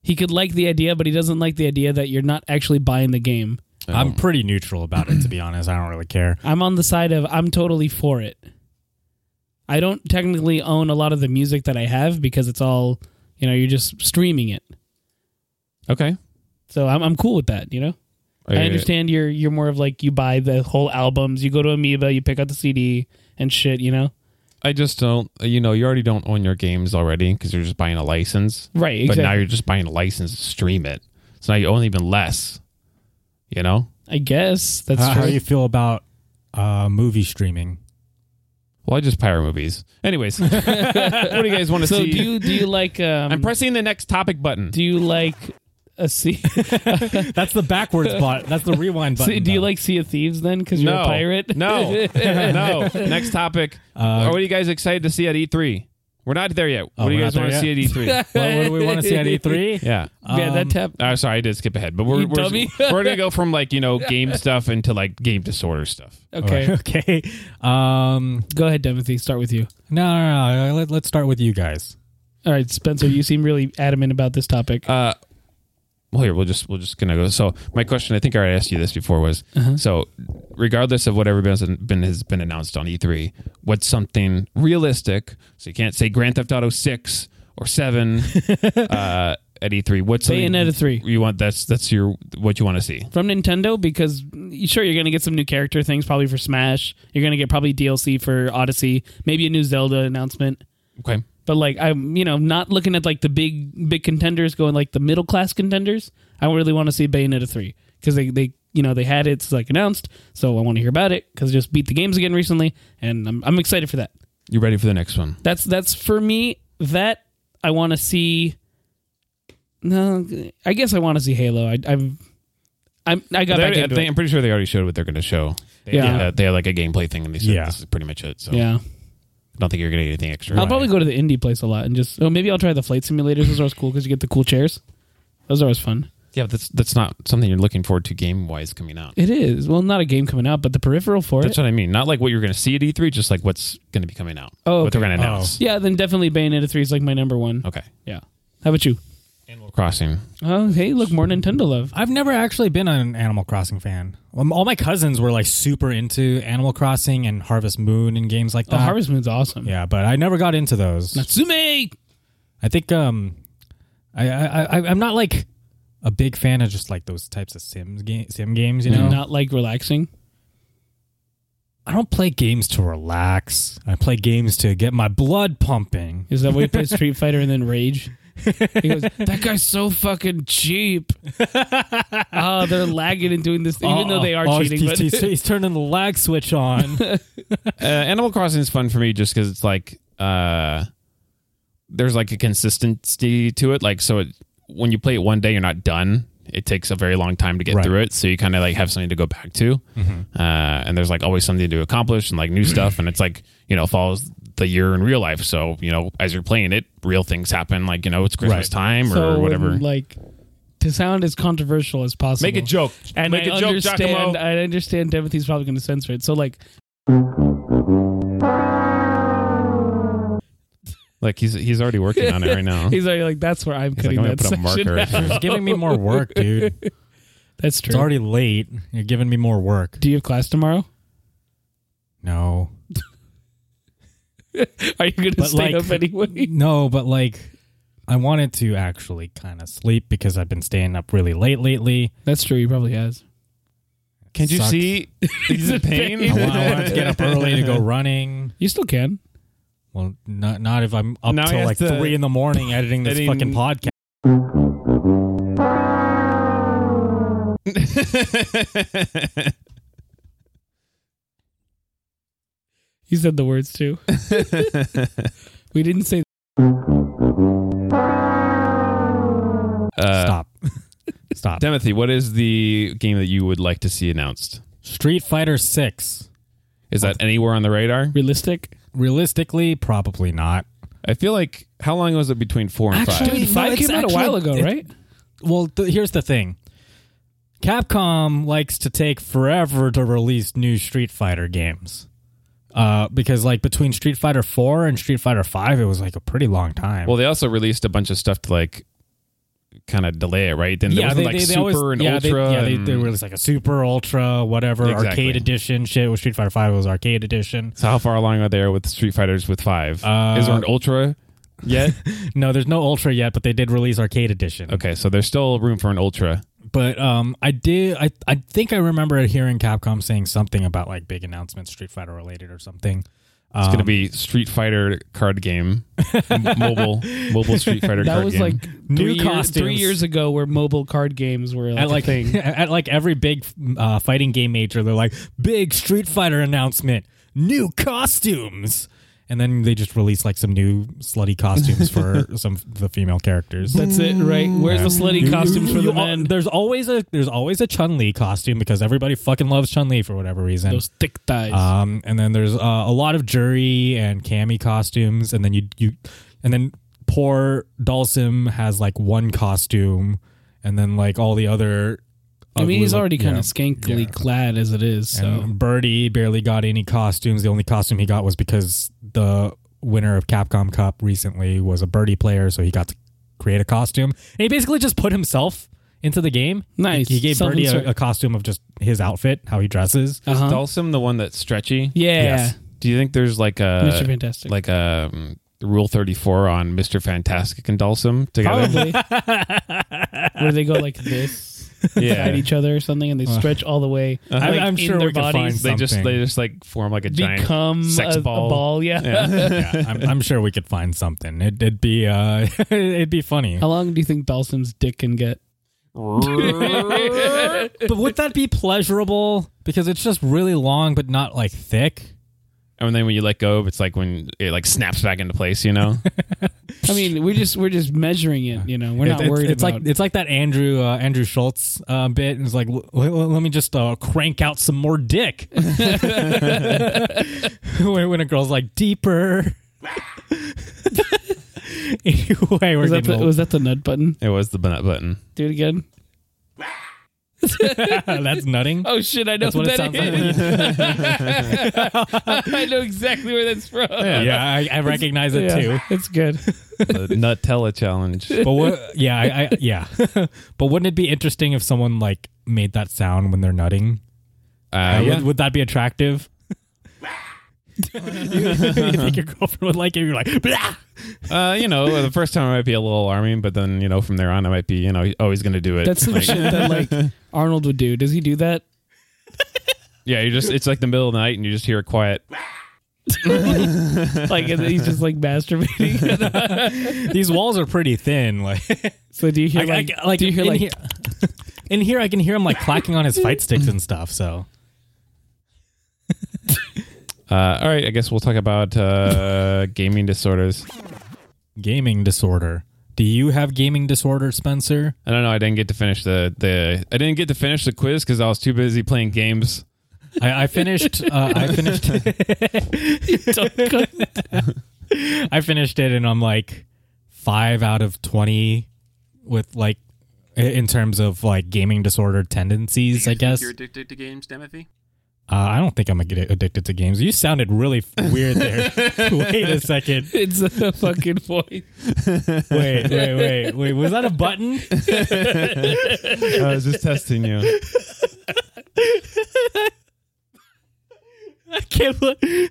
[SPEAKER 4] He could like the idea, but he doesn't like the idea that you're not actually buying the game.
[SPEAKER 3] Oh.
[SPEAKER 1] I'm pretty neutral about it, to be honest. I don't really care.
[SPEAKER 4] I'm on the side of I'm totally for it. I don't technically own a lot of the music that I have because it's all, you know, you're just streaming it.
[SPEAKER 3] okay.
[SPEAKER 4] So I'm I'm cool with that, you know. I understand you're you're more of like you buy the whole albums, you go to Amoeba, you pick out the CD and shit, you know.
[SPEAKER 3] I just don't. You know, you already don't own your games already because you're just buying a license.
[SPEAKER 4] Right,
[SPEAKER 3] But
[SPEAKER 4] exactly.
[SPEAKER 3] now you're just buying a license to stream it. So now you own even less. You know.
[SPEAKER 4] I guess that's
[SPEAKER 1] How,
[SPEAKER 4] true.
[SPEAKER 1] how do you feel about uh, movie streaming?
[SPEAKER 3] Well, I just pirate movies. Anyways, *laughs* what do you guys want to
[SPEAKER 4] so do
[SPEAKER 3] *laughs* see?
[SPEAKER 4] you do you like um
[SPEAKER 3] I'm pressing the next topic button.
[SPEAKER 4] do you like a sea
[SPEAKER 1] That's the
[SPEAKER 4] *laughs*
[SPEAKER 1] backwards button. That's the rewind button.
[SPEAKER 4] See, do you
[SPEAKER 1] though.
[SPEAKER 4] like Sea of Thieves then? Because you're a pirate. *laughs*
[SPEAKER 3] No, no. Next topic.
[SPEAKER 1] Uh,
[SPEAKER 3] what are you guys excited to see at E3? We're not there yet.
[SPEAKER 1] Oh,
[SPEAKER 3] what do you
[SPEAKER 1] we're
[SPEAKER 3] guys
[SPEAKER 1] not
[SPEAKER 3] want to
[SPEAKER 1] there
[SPEAKER 3] see at E3?
[SPEAKER 1] Well, what do we want to see at E E3?
[SPEAKER 3] yeah.
[SPEAKER 4] yeah, that
[SPEAKER 1] Um,
[SPEAKER 4] tap.
[SPEAKER 3] Uh, sorry, I did skip ahead, but we're
[SPEAKER 4] You
[SPEAKER 3] we're,
[SPEAKER 4] dummy.
[SPEAKER 3] we're gonna go from like you know game stuff into like game disorder stuff.
[SPEAKER 4] *laughs* Okay,
[SPEAKER 1] okay. *laughs* Um,
[SPEAKER 4] go ahead, Timothy. Start with you.
[SPEAKER 1] no, no, no, no. Let, let's start with you guys.
[SPEAKER 4] All right, Spencer. You seem really adamant about this topic.
[SPEAKER 3] Uh, well, here we'll just we'll just gonna go. So my question, I think I already asked you this before, was
[SPEAKER 4] Uh-huh.
[SPEAKER 3] so regardless of whatever has been has been announced on E3, what's something realistic? So you can't say Grand Theft Auto six or
[SPEAKER 4] *laughs*
[SPEAKER 3] seven uh, at E3. What's something
[SPEAKER 4] Bayonetta three.
[SPEAKER 3] You want that's that's your what you want to see.
[SPEAKER 4] from Nintendo because mm, sure you're gonna get some new character things probably for Smash. You're gonna get probably DLC for Odyssey, maybe a new Zelda announcement.
[SPEAKER 3] Okay,
[SPEAKER 4] But like I'm, you know, not looking at like the big big contenders, going like the middle class contenders. I really want to see Bayonetta three because they they you know they had it's like announced, so I want to hear about it because just beat the games again recently, and I'm I'm excited for that.
[SPEAKER 3] You ready for the next one?
[SPEAKER 4] That's that's for me. That I want to see. No, I guess I want to see Halo. I, I'm, I'm, I got
[SPEAKER 3] They
[SPEAKER 4] back
[SPEAKER 3] already- I
[SPEAKER 4] into
[SPEAKER 3] think-
[SPEAKER 4] it.
[SPEAKER 3] I'm pretty sure they already showed what they're going to show. They
[SPEAKER 4] Yeah.
[SPEAKER 3] had, uh, they had like a gameplay thing, and they said
[SPEAKER 1] Yeah.
[SPEAKER 3] this is pretty much it. So
[SPEAKER 4] Yeah,
[SPEAKER 3] I don't think you're going to get anything extra.
[SPEAKER 4] I'll probably go to the indie place a lot and just. Oh, maybe I'll try the flight simulators. Those are always cool because you get the cool chairs. Those are always fun.
[SPEAKER 3] Yeah, but that's that's not something you're looking forward to game wise coming out.
[SPEAKER 4] It is well, not a game coming out, but the peripheral for
[SPEAKER 3] That's
[SPEAKER 4] it.
[SPEAKER 3] what I mean. Not like what you're going to see at E3, just like what's going to be coming out.
[SPEAKER 4] Oh,
[SPEAKER 3] what they're
[SPEAKER 4] okay.
[SPEAKER 3] going to
[SPEAKER 1] Oh.
[SPEAKER 3] announce.
[SPEAKER 4] yeah, then definitely Bayonetta three is like my number one.
[SPEAKER 3] Okay.
[SPEAKER 4] Yeah. How about you? Uh,
[SPEAKER 3] Animal Crossing.
[SPEAKER 4] Oh, hey, look, more Nintendo love.
[SPEAKER 1] I've never actually been an Animal Crossing fan. Um, All my cousins were like super into Animal Crossing and Harvest Moon and games like
[SPEAKER 4] Oh,
[SPEAKER 1] that.
[SPEAKER 4] Harvest Moon's awesome.
[SPEAKER 1] Yeah, but I never got into those.
[SPEAKER 4] Natsume.
[SPEAKER 1] I think um, I, I I I'm not like a big fan of just like those types of Sims game Sim games. You know,
[SPEAKER 4] Not like relaxing.
[SPEAKER 1] I don't play games to relax. I play games to get my blood pumping.
[SPEAKER 4] Is that why he
[SPEAKER 3] *laughs*
[SPEAKER 4] plays Street Fighter and then Rage? He goes, that guy's so fucking
[SPEAKER 3] *laughs*
[SPEAKER 4] cheap. oh, they're lagging and doing this, even though they are
[SPEAKER 1] Oh,
[SPEAKER 4] cheating.
[SPEAKER 1] He's,
[SPEAKER 4] but *laughs*
[SPEAKER 1] he's- he's turning the lag switch on.
[SPEAKER 3] Uh, Animal Crossing is fun for me just because it's like uh, there's like a consistency to it. Like so, it, when you play it one day, you're not done. It takes a very long time to get
[SPEAKER 1] Right.
[SPEAKER 3] through it, so you kind of like have something to go back to. Uh, and there's like always something to accomplish and like new stuff. And it's like you know follows the year in real life. So you know as you're playing it, real things happen. Like you know it's Christmas
[SPEAKER 1] Right.
[SPEAKER 3] time or
[SPEAKER 4] so,
[SPEAKER 3] whatever.
[SPEAKER 4] Like, to sound as controversial as possible.
[SPEAKER 3] Make a joke.
[SPEAKER 4] And
[SPEAKER 3] Make
[SPEAKER 4] I
[SPEAKER 3] a joke,
[SPEAKER 4] understand,
[SPEAKER 3] Giacomo.
[SPEAKER 4] I understand Timothy's probably going to censor it. So, like,
[SPEAKER 3] Like he's he's already working on it
[SPEAKER 1] *laughs*
[SPEAKER 3] right now.
[SPEAKER 4] he's already like, that's where I'm
[SPEAKER 3] He's like,
[SPEAKER 4] cutting
[SPEAKER 3] I'm gonna
[SPEAKER 4] that
[SPEAKER 3] put a
[SPEAKER 4] section.
[SPEAKER 3] marker.
[SPEAKER 4] out." *laughs*
[SPEAKER 1] It's giving me more work, dude.
[SPEAKER 4] That's true.
[SPEAKER 1] It's already late. You're giving me more work.
[SPEAKER 4] Do you have class tomorrow?
[SPEAKER 1] No.
[SPEAKER 4] *laughs* Are you going to
[SPEAKER 1] But,
[SPEAKER 4] stay
[SPEAKER 1] like-
[SPEAKER 4] up anyway?
[SPEAKER 1] No, but like I wanted to actually kind of sleep because I've been staying up really late lately.
[SPEAKER 4] *laughs* That's true. He probably has.
[SPEAKER 3] Can you
[SPEAKER 1] Sucks. *laughs*
[SPEAKER 3] see? He's in pain.
[SPEAKER 1] I, wa- I wanted to get up early to go running.
[SPEAKER 4] You still can.
[SPEAKER 1] Well, not not if I'm up
[SPEAKER 3] Now he
[SPEAKER 1] till
[SPEAKER 3] has
[SPEAKER 1] like
[SPEAKER 3] to-
[SPEAKER 1] three in the
[SPEAKER 3] *laughs*
[SPEAKER 1] morning editing this fucking
[SPEAKER 3] editing-
[SPEAKER 1] podcast.
[SPEAKER 4] You said the words
[SPEAKER 3] *laughs*
[SPEAKER 4] too. we didn't say
[SPEAKER 3] *laughs* Uh,
[SPEAKER 1] Stop. Stop.
[SPEAKER 3] Timothy, what is the game that you would like to see announced?
[SPEAKER 1] Street Fighter Six.
[SPEAKER 3] Is that anywhere on the radar?
[SPEAKER 4] realistic.
[SPEAKER 1] Realistically, probably not.
[SPEAKER 3] I feel like how long was it between four and
[SPEAKER 1] Actually-
[SPEAKER 3] five?
[SPEAKER 4] Dude,
[SPEAKER 1] no,
[SPEAKER 4] five
[SPEAKER 1] it's
[SPEAKER 4] came out a
[SPEAKER 1] actually-
[SPEAKER 4] while ago,
[SPEAKER 1] it-
[SPEAKER 4] right?
[SPEAKER 1] Well, th- here's the thing. Capcom likes to take forever to release new Street Fighter games. Uh, because like between Street Fighter 4 and Street Fighter 5 it was like a pretty long time.
[SPEAKER 3] Well, they also released a bunch of stuff to like kind of delay it, right? Then there wasn't like super and
[SPEAKER 1] yeah, they-
[SPEAKER 3] ultra.
[SPEAKER 1] yeah, they,
[SPEAKER 3] and-
[SPEAKER 1] they were just like a super ultra, whatever
[SPEAKER 3] Exactly.
[SPEAKER 1] arcade edition shit. With Street Fighter Five was arcade edition.
[SPEAKER 3] so how far along are they with Street Fighters with five?
[SPEAKER 1] Uh,
[SPEAKER 3] is there an ultra yet?
[SPEAKER 1] *laughs* No, there's no ultra yet, but they did release arcade edition.
[SPEAKER 3] okay, so there's still room for an ultra.
[SPEAKER 1] But um, I did. I I think I remember hearing Capcom saying something about like big announcements, Street Fighter related or something.
[SPEAKER 3] It's gonna be Street Fighter card game, M- mobile, mobile Street Fighter
[SPEAKER 4] That
[SPEAKER 3] card
[SPEAKER 4] was
[SPEAKER 3] game.
[SPEAKER 4] like
[SPEAKER 1] New
[SPEAKER 4] three, year-
[SPEAKER 1] costumes.
[SPEAKER 4] three years ago, where mobile card games were like,
[SPEAKER 1] At like
[SPEAKER 4] a
[SPEAKER 1] *laughs*
[SPEAKER 4] thing.
[SPEAKER 1] at like every big uh, fighting game major, they're like big Street Fighter announcement, new costumes, and then they just release like some new slutty costumes
[SPEAKER 4] *laughs*
[SPEAKER 1] for some of the female characters.
[SPEAKER 4] *laughs* That's it, right? Where's the slutty costumes for
[SPEAKER 1] You
[SPEAKER 4] the
[SPEAKER 1] al-
[SPEAKER 4] men?
[SPEAKER 1] There's always a there's always a Chun Li costume because everybody fucking loves Chun Li for whatever reason.
[SPEAKER 4] Those thick thighs.
[SPEAKER 1] um, and then there's uh, a lot of Jury and Cammy costumes, and then you you, and then poor Dalsim has like one costume, and then like all the other.
[SPEAKER 4] I mean, he's already kind of
[SPEAKER 1] skanky.
[SPEAKER 4] skankily clad as it is. So
[SPEAKER 1] And Birdie barely got any costumes. The only costume he got was because the winner of Capcom Cup recently was a Birdie player, so he got to create a costume. And he basically just put himself into the game.
[SPEAKER 4] Nice.
[SPEAKER 1] He, he gave Birdie
[SPEAKER 4] Self-insert.
[SPEAKER 1] a, a costume of just his outfit, how he dresses.
[SPEAKER 4] Uh-huh.
[SPEAKER 3] Dalsim, the one that's stretchy.
[SPEAKER 4] yeah,
[SPEAKER 1] Yes.
[SPEAKER 3] Do you think there's like a
[SPEAKER 4] Mr. Fantastic.
[SPEAKER 3] like a um, Rule 34 on Mr. Fantastic and Dulcim together?
[SPEAKER 4] Probably. *laughs* Where they go like this at
[SPEAKER 3] *laughs* Yeah. Uh-huh.
[SPEAKER 4] each other or something, and they stretch all the way.
[SPEAKER 1] I-
[SPEAKER 4] like,
[SPEAKER 1] I'm
[SPEAKER 4] in
[SPEAKER 1] sure
[SPEAKER 4] their
[SPEAKER 1] we can find
[SPEAKER 4] bodies.
[SPEAKER 3] They just
[SPEAKER 1] something.
[SPEAKER 3] they just like form like a giant
[SPEAKER 4] become
[SPEAKER 3] sex
[SPEAKER 4] a, a
[SPEAKER 3] ball.
[SPEAKER 4] ball. Yeah.
[SPEAKER 1] yeah, I'm, I'm sure we could find something. It, it'd be uh, *laughs* it'd be funny.
[SPEAKER 4] *laughs* How long do you think Dawson's dick can get?
[SPEAKER 1] But would that be pleasurable? Because it's just really long, but not like thick.
[SPEAKER 3] And then when you let go, it's like when it like snaps back into place,
[SPEAKER 4] *laughs*
[SPEAKER 3] you know?
[SPEAKER 4] I mean, we're just we're just measuring it. You know, we're not
[SPEAKER 1] It- it's,
[SPEAKER 4] worried
[SPEAKER 1] it's
[SPEAKER 4] about.
[SPEAKER 1] like it's like that Andrew uh, Andrew Schultz uh, bit, and it's like, "L- l- let me just uh, crank out some more dick. *laughs* when, when a girl's like deeper. *laughs* anyway, we're
[SPEAKER 4] was, that
[SPEAKER 1] getting
[SPEAKER 4] the,
[SPEAKER 1] old. *laughs*
[SPEAKER 4] was that the nut button?
[SPEAKER 3] it was the nut button.
[SPEAKER 4] Do it again.
[SPEAKER 1] that's
[SPEAKER 4] *laughs*
[SPEAKER 1] nutting.
[SPEAKER 4] Oh shit! I know
[SPEAKER 1] That's what it sounds like.
[SPEAKER 4] *laughs* I know exactly where that's from.
[SPEAKER 1] *laughs* Yeah, I, I recognize it too.
[SPEAKER 4] it's good.
[SPEAKER 3] The Nutella
[SPEAKER 4] *laughs*
[SPEAKER 3] challenge. Uh,
[SPEAKER 1] But what, yeah, I, I, yeah. *laughs* but wouldn't it be interesting if someone like made that sound when they're nutting?
[SPEAKER 3] Uh,
[SPEAKER 1] Uh,
[SPEAKER 3] yeah.
[SPEAKER 1] would, would that be *laughs* attractive? you, you think your girlfriend would like it? You're like, "Blah!"
[SPEAKER 3] Uh, you know, the first time it might be a little alarming, but then you know, from there on, I might be, you know, oh, he's gonna do it.
[SPEAKER 4] That's some *laughs* shit that
[SPEAKER 3] *laughs*
[SPEAKER 4] like Arnold would do. Does he do that?
[SPEAKER 3] yeah, you just it's like the middle of the night, and you just hear a quiet.
[SPEAKER 4] Like and he's just like masturbating. *laughs*
[SPEAKER 1] these walls are pretty thin. Like,
[SPEAKER 4] so do you
[SPEAKER 1] *laughs*
[SPEAKER 4] hear
[SPEAKER 1] I- I-
[SPEAKER 4] like,
[SPEAKER 1] like,
[SPEAKER 4] do you hear
[SPEAKER 1] in
[SPEAKER 4] like
[SPEAKER 1] here, in here, I can hear him like clacking on his fight sticks and stuff. So
[SPEAKER 3] Uh, all right, I guess we'll talk
[SPEAKER 4] *laughs*
[SPEAKER 3] about uh, gaming disorders.
[SPEAKER 1] gaming disorder. Do you have gaming disorder, Spencer?
[SPEAKER 3] I don't know. I didn't get to finish the the I didn't get to finish the quiz because I was too busy playing games.
[SPEAKER 1] I, I finished. Uh, I finished. *laughs* I finished it, and I'm like five out of twenty with like i- in terms of like gaming disorder tendencies. I guess.
[SPEAKER 6] You're addicted to games, Demethy?
[SPEAKER 1] Uh, I don't think I'm a- addicted to games. You sounded really f- weird there. wait a second.
[SPEAKER 4] it's a fucking voice.
[SPEAKER 1] Wait, wait, wait, wait. Was that a button?
[SPEAKER 3] I was just
[SPEAKER 4] *laughs*
[SPEAKER 3] testing you.
[SPEAKER 1] *laughs* I can't. believe-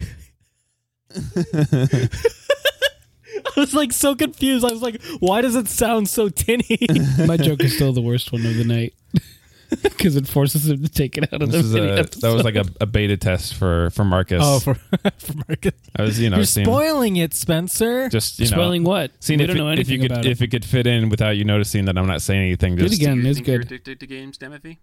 [SPEAKER 1] I was like so confused. I was like, why does it sound so tinny?
[SPEAKER 4] My joke is still the worst one of the night *laughs* because it forces him to take it out of
[SPEAKER 3] This is
[SPEAKER 4] the mini
[SPEAKER 3] a
[SPEAKER 4] episode.
[SPEAKER 3] that was like a, a beta test for for Marcus.
[SPEAKER 1] oh, for, *laughs* for Marcus.
[SPEAKER 3] I was you know
[SPEAKER 1] You're
[SPEAKER 3] seeing
[SPEAKER 1] spoiling it, Spencer.
[SPEAKER 3] just you know
[SPEAKER 4] Spoiling what?
[SPEAKER 3] seeing
[SPEAKER 4] we
[SPEAKER 3] if
[SPEAKER 4] don't
[SPEAKER 3] it,
[SPEAKER 4] know
[SPEAKER 3] if
[SPEAKER 4] anything
[SPEAKER 3] you could
[SPEAKER 4] about
[SPEAKER 3] if it could fit in without you noticing that I'm not saying anything.
[SPEAKER 4] Do it
[SPEAKER 3] Just
[SPEAKER 4] again.
[SPEAKER 6] You
[SPEAKER 4] It's
[SPEAKER 6] think you're
[SPEAKER 4] good.
[SPEAKER 6] addicted to games, Demethy?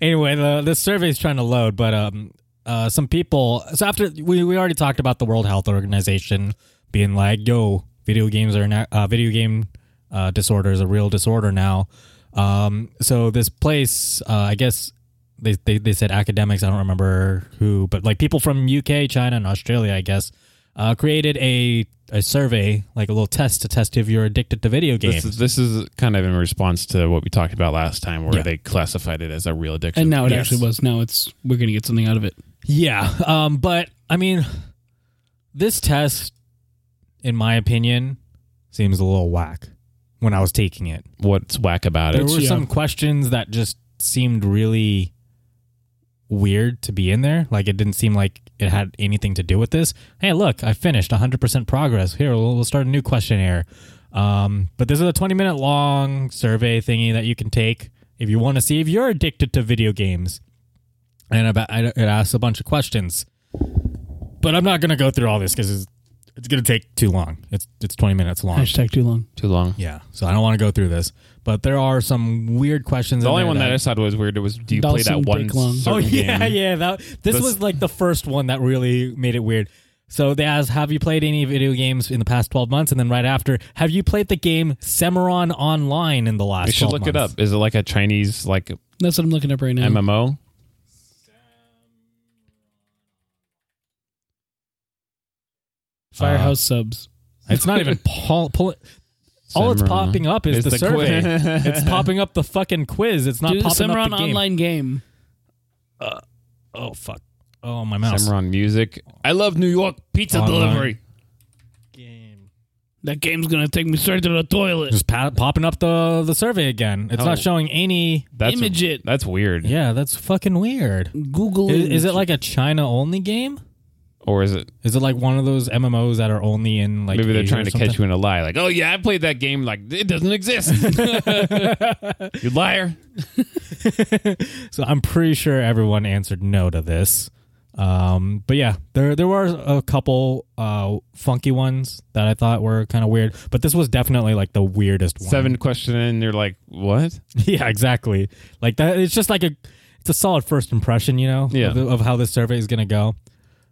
[SPEAKER 1] anyway, the the survey's trying to load, but um, uh, some people. So after we we already talked about the World Health Organization being like, "Yo, video games are now uh, video game uh, disorder is a real disorder now." Um, so this place, uh, I guess they, they they said academics. I don't remember who, but like people from UK, China, and Australia, I guess. Uh, created a, a survey, like a little test to test if you're addicted to video games.
[SPEAKER 3] This is, this is kind of in response to what we talked about last time, where
[SPEAKER 1] Yeah.
[SPEAKER 3] they classified it as a real addiction.
[SPEAKER 4] and now it
[SPEAKER 1] Yes.
[SPEAKER 4] actually was. Now it's we're gonna get something out of it.
[SPEAKER 1] Yeah. Um, but I mean, this test, in my opinion, seems a little whack when I was taking it.
[SPEAKER 3] what's whack about
[SPEAKER 1] There
[SPEAKER 3] it?
[SPEAKER 1] were
[SPEAKER 4] yeah.
[SPEAKER 1] some questions that just seemed really weird to be in there. Like it didn't seem like it had anything to do with this. Hey, look, I finished 100% progress. Here, we'll, we'll start a new questionnaire. Um, but this is a 20 minute long survey thingy that you can take if you want to see if you're addicted to video games. And about, I- it asks a bunch of questions. But I'm not going to go through all this because it's, it's going to take too long. It's, it's 20 minutes
[SPEAKER 3] *laughs*
[SPEAKER 1] long.
[SPEAKER 4] Hashtag too long.
[SPEAKER 3] Too long.
[SPEAKER 1] Yeah, so I don't want to go through this, but there are some weird questions.
[SPEAKER 3] The
[SPEAKER 1] in
[SPEAKER 3] only
[SPEAKER 1] there
[SPEAKER 3] one that I
[SPEAKER 1] that
[SPEAKER 3] saw was weird. It was do you play
[SPEAKER 4] Dawson
[SPEAKER 3] that one
[SPEAKER 4] Dick Long.
[SPEAKER 3] certain
[SPEAKER 1] *laughs* oh yeah,
[SPEAKER 3] game?
[SPEAKER 1] yeah. That this
[SPEAKER 3] That's-
[SPEAKER 1] was like the first one that really made it weird. So they asked, "Have you played any video games in the past twelve months?" And then right after, "Have you played the game Semaron Online in the last?"
[SPEAKER 3] You should
[SPEAKER 1] 12
[SPEAKER 3] look it up.
[SPEAKER 1] months?"
[SPEAKER 3] Is it like a Chinese like
[SPEAKER 4] That's what I'm looking up right now.
[SPEAKER 3] MMO?
[SPEAKER 4] Firehouse
[SPEAKER 3] uh,
[SPEAKER 4] subs.
[SPEAKER 1] It's not
[SPEAKER 3] *laughs*
[SPEAKER 1] even pull. pull all it's
[SPEAKER 3] Cimarron.
[SPEAKER 1] popping up is
[SPEAKER 3] It's
[SPEAKER 1] the,
[SPEAKER 3] the
[SPEAKER 1] survey.
[SPEAKER 3] *laughs*
[SPEAKER 1] *laughs*
[SPEAKER 3] quiz.
[SPEAKER 1] it's popping up the fucking quiz. It's not
[SPEAKER 4] Dude,
[SPEAKER 1] popping
[SPEAKER 4] Cimarron
[SPEAKER 1] up the game.
[SPEAKER 4] online game.
[SPEAKER 1] Oh fuck! Oh my mouse.
[SPEAKER 3] Cimarron music. I love New York pizza
[SPEAKER 1] Online.
[SPEAKER 3] delivery.
[SPEAKER 1] Game.
[SPEAKER 4] That game's gonna take me straight to the toilet.
[SPEAKER 1] Just pa- popping up the the survey again. It's
[SPEAKER 3] Oh.
[SPEAKER 1] not showing any
[SPEAKER 3] That's
[SPEAKER 4] Image it.
[SPEAKER 3] That's weird.
[SPEAKER 1] Yeah, that's fucking weird.
[SPEAKER 4] Google
[SPEAKER 1] Is, is it like a China only game?
[SPEAKER 3] or is it
[SPEAKER 1] Is it like one of those MMOs that are only in like
[SPEAKER 3] maybe they're
[SPEAKER 1] Asia
[SPEAKER 3] trying
[SPEAKER 1] or
[SPEAKER 3] to
[SPEAKER 1] something?
[SPEAKER 3] catch you in a lie? Like, oh yeah, I played that game. Like it
[SPEAKER 1] *laughs*
[SPEAKER 3] doesn't exist. you liar.
[SPEAKER 1] So I'm pretty sure everyone answered no to this. Um, but yeah, there there were a couple uh, funky ones that I thought were kind of weird, but this was definitely like the weirdest one.
[SPEAKER 3] Seven question in, you're like, what?
[SPEAKER 1] *laughs* yeah, exactly. Like that, it's just like a it's a solid first impression, you know,
[SPEAKER 3] Yeah.
[SPEAKER 1] of, the- of how this survey is gonna go.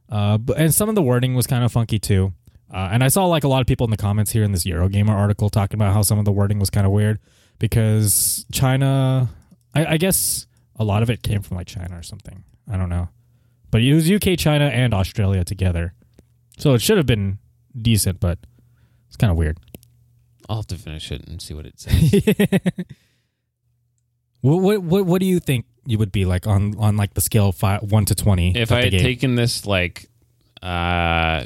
[SPEAKER 1] Uh, but and some of the wording was kind of funky too. Uh, and I saw like a lot of people in the comments here in this Eurogamer article talking about how some of the wording was kind of weird because China, I, I guess a lot of it came from like China or something. I don't know, but it was UK, China, and Australia together, so it should have been decent, but it's kind of weird.
[SPEAKER 3] I'll have to finish it and see what
[SPEAKER 1] *laughs*
[SPEAKER 3] it says.
[SPEAKER 1] what, what what what do you think you would be like on on like the scale of five, one to twenty?
[SPEAKER 3] if
[SPEAKER 1] at
[SPEAKER 3] I
[SPEAKER 1] the
[SPEAKER 3] had
[SPEAKER 1] game?
[SPEAKER 3] taken this like uh,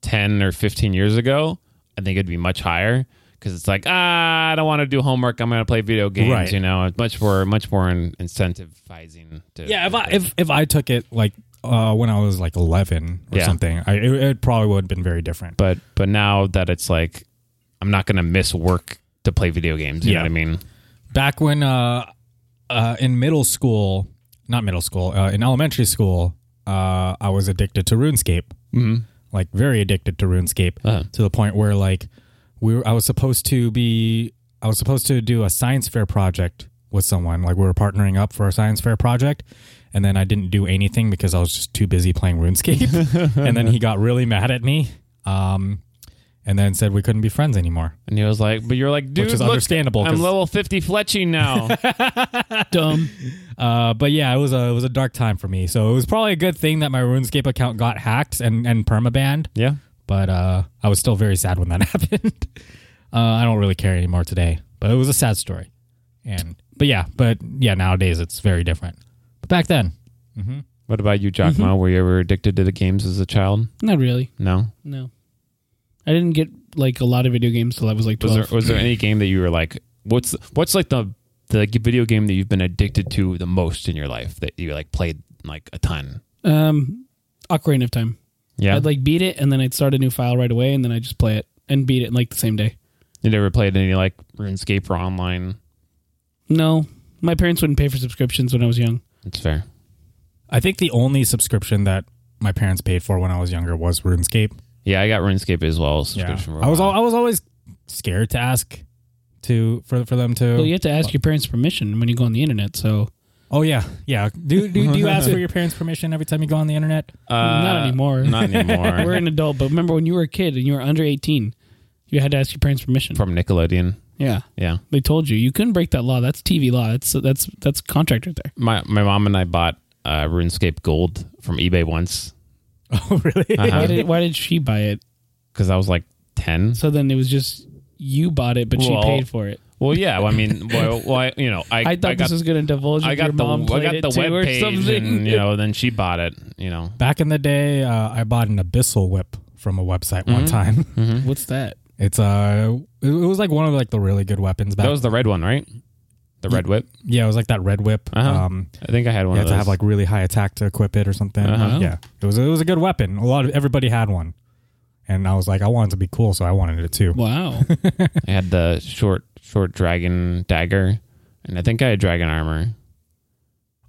[SPEAKER 3] 10 or 15 years ago, I think it'd be much higher because it's like, ah, I don't want to do homework. I'm going to play video games.
[SPEAKER 1] Right.
[SPEAKER 3] You know, it's much more, much more in- incentivizing. To,
[SPEAKER 1] yeah, if I if, if I took it like uh, when I was like eleven or
[SPEAKER 3] Yeah.
[SPEAKER 1] something, I, it, it probably would have been very different.
[SPEAKER 3] but, but now that it's like, I'm not going to miss work to play video games. You
[SPEAKER 1] Yeah.
[SPEAKER 3] know what I mean?
[SPEAKER 1] back when uh, uh, in middle school, not middle school, uh, in elementary school, uh, I was addicted to RuneScape, mm-hmm. like very addicted to RuneScape
[SPEAKER 3] Uh-huh.
[SPEAKER 1] to the point where like we were, I was supposed to be, I was supposed to do a science fair project with someone, like we were partnering up for a science fair project. And then I didn't do anything because I was just too busy playing RuneScape. and then he got really mad at me, um, and then said we couldn't be friends anymore.
[SPEAKER 3] And he was like, but you're like, dude,
[SPEAKER 1] is
[SPEAKER 3] look,
[SPEAKER 1] understandable,
[SPEAKER 3] I'm
[SPEAKER 1] 'cause-
[SPEAKER 3] level 50
[SPEAKER 1] *laughs*
[SPEAKER 3] fletching now.
[SPEAKER 4] Dumb.
[SPEAKER 1] Uh, but yeah, it was a it was a dark time for me. So it was probably a good thing that my RuneScape account got hacked and and permabanned.
[SPEAKER 3] yeah.
[SPEAKER 1] But uh, I was still very sad when that *laughs* happened. Uh, I don't really care anymore today. But it was a sad story. And but yeah, but yeah, nowadays it's very different. But back then, mm-hmm.
[SPEAKER 3] What about you, Jackma? Were you ever addicted to the games as a child?
[SPEAKER 4] Not really.
[SPEAKER 3] No.
[SPEAKER 4] No. I didn't get like a lot of video games till I was like
[SPEAKER 3] Was
[SPEAKER 4] 12.
[SPEAKER 3] there was there any game that you were like, what's what's like the the video game that you've been addicted to the most in your life that you like played like a ton?
[SPEAKER 4] um, Ocarina of Time.
[SPEAKER 3] Yeah,
[SPEAKER 4] I'd like beat it and then I'd start a new file right away and then I'd just play it and beat it in like the same day.
[SPEAKER 3] you never played any like RuneScape or online.
[SPEAKER 4] No, my parents wouldn't pay for subscriptions when I was young.
[SPEAKER 3] That's fair.
[SPEAKER 1] I think the only subscription that my parents paid for when I was younger was RuneScape.
[SPEAKER 3] Yeah, I got RuneScape as well. as
[SPEAKER 1] Yeah,
[SPEAKER 3] subscription for a
[SPEAKER 1] I was
[SPEAKER 3] while.
[SPEAKER 1] al- I was always scared to ask to for for them to.
[SPEAKER 4] Well, you have to ask your parents permission when you go on the internet. So
[SPEAKER 1] Oh yeah, yeah. Do, do do you ask for your parents' permission every time you go on the internet?
[SPEAKER 3] Uh,
[SPEAKER 4] not anymore. *laughs*
[SPEAKER 3] Not anymore.
[SPEAKER 4] we're an adult, but remember when you were a kid and you were under 18, you had to ask your parents permission.
[SPEAKER 3] *laughs* from Nickelodeon.
[SPEAKER 4] yeah.
[SPEAKER 3] Yeah,
[SPEAKER 4] They told you you couldn't break that law. That's TV law. That's that's that's contract right there.
[SPEAKER 3] my my mom and I bought uh, RuneScape Gold from eBay once
[SPEAKER 1] *laughs* Oh really?
[SPEAKER 4] Why
[SPEAKER 3] Uh-huh.
[SPEAKER 4] did why did she buy it?
[SPEAKER 3] because I was like ten.
[SPEAKER 4] So then it was just you bought it, but
[SPEAKER 3] Well,
[SPEAKER 4] she paid for it.
[SPEAKER 3] Well, yeah. well, I mean, well, well, I, you know, I
[SPEAKER 4] *laughs* I thought
[SPEAKER 3] I got,
[SPEAKER 4] this was going to divulge.
[SPEAKER 3] I
[SPEAKER 4] if your
[SPEAKER 3] got the
[SPEAKER 4] mom
[SPEAKER 3] I
[SPEAKER 4] played
[SPEAKER 3] got
[SPEAKER 4] it
[SPEAKER 3] the
[SPEAKER 4] too or
[SPEAKER 3] web page,
[SPEAKER 4] something.
[SPEAKER 3] and you know, then she bought it. You know,
[SPEAKER 1] Back in the day, uh, I bought an abyssal whip from a website
[SPEAKER 3] Mm-hmm.
[SPEAKER 1] one time. *laughs*
[SPEAKER 4] *laughs* What's that?
[SPEAKER 1] It's uh, it it was like one of like the really good weapons back.
[SPEAKER 3] That was the red one, right? The red whip.
[SPEAKER 1] yeah, it was like that red whip.
[SPEAKER 3] Uh-huh.
[SPEAKER 1] Um,
[SPEAKER 3] I think I had one
[SPEAKER 1] you
[SPEAKER 3] of
[SPEAKER 1] had
[SPEAKER 3] those.
[SPEAKER 1] to have like really high attack to equip it or something.
[SPEAKER 3] Uh-huh.
[SPEAKER 1] Yeah, it was it was a good weapon. A lot of everybody had one, and I was like, I wanted to be cool, so I wanted it too.
[SPEAKER 4] Wow.
[SPEAKER 3] I had the short, short dragon dagger, and I think I had dragon armor.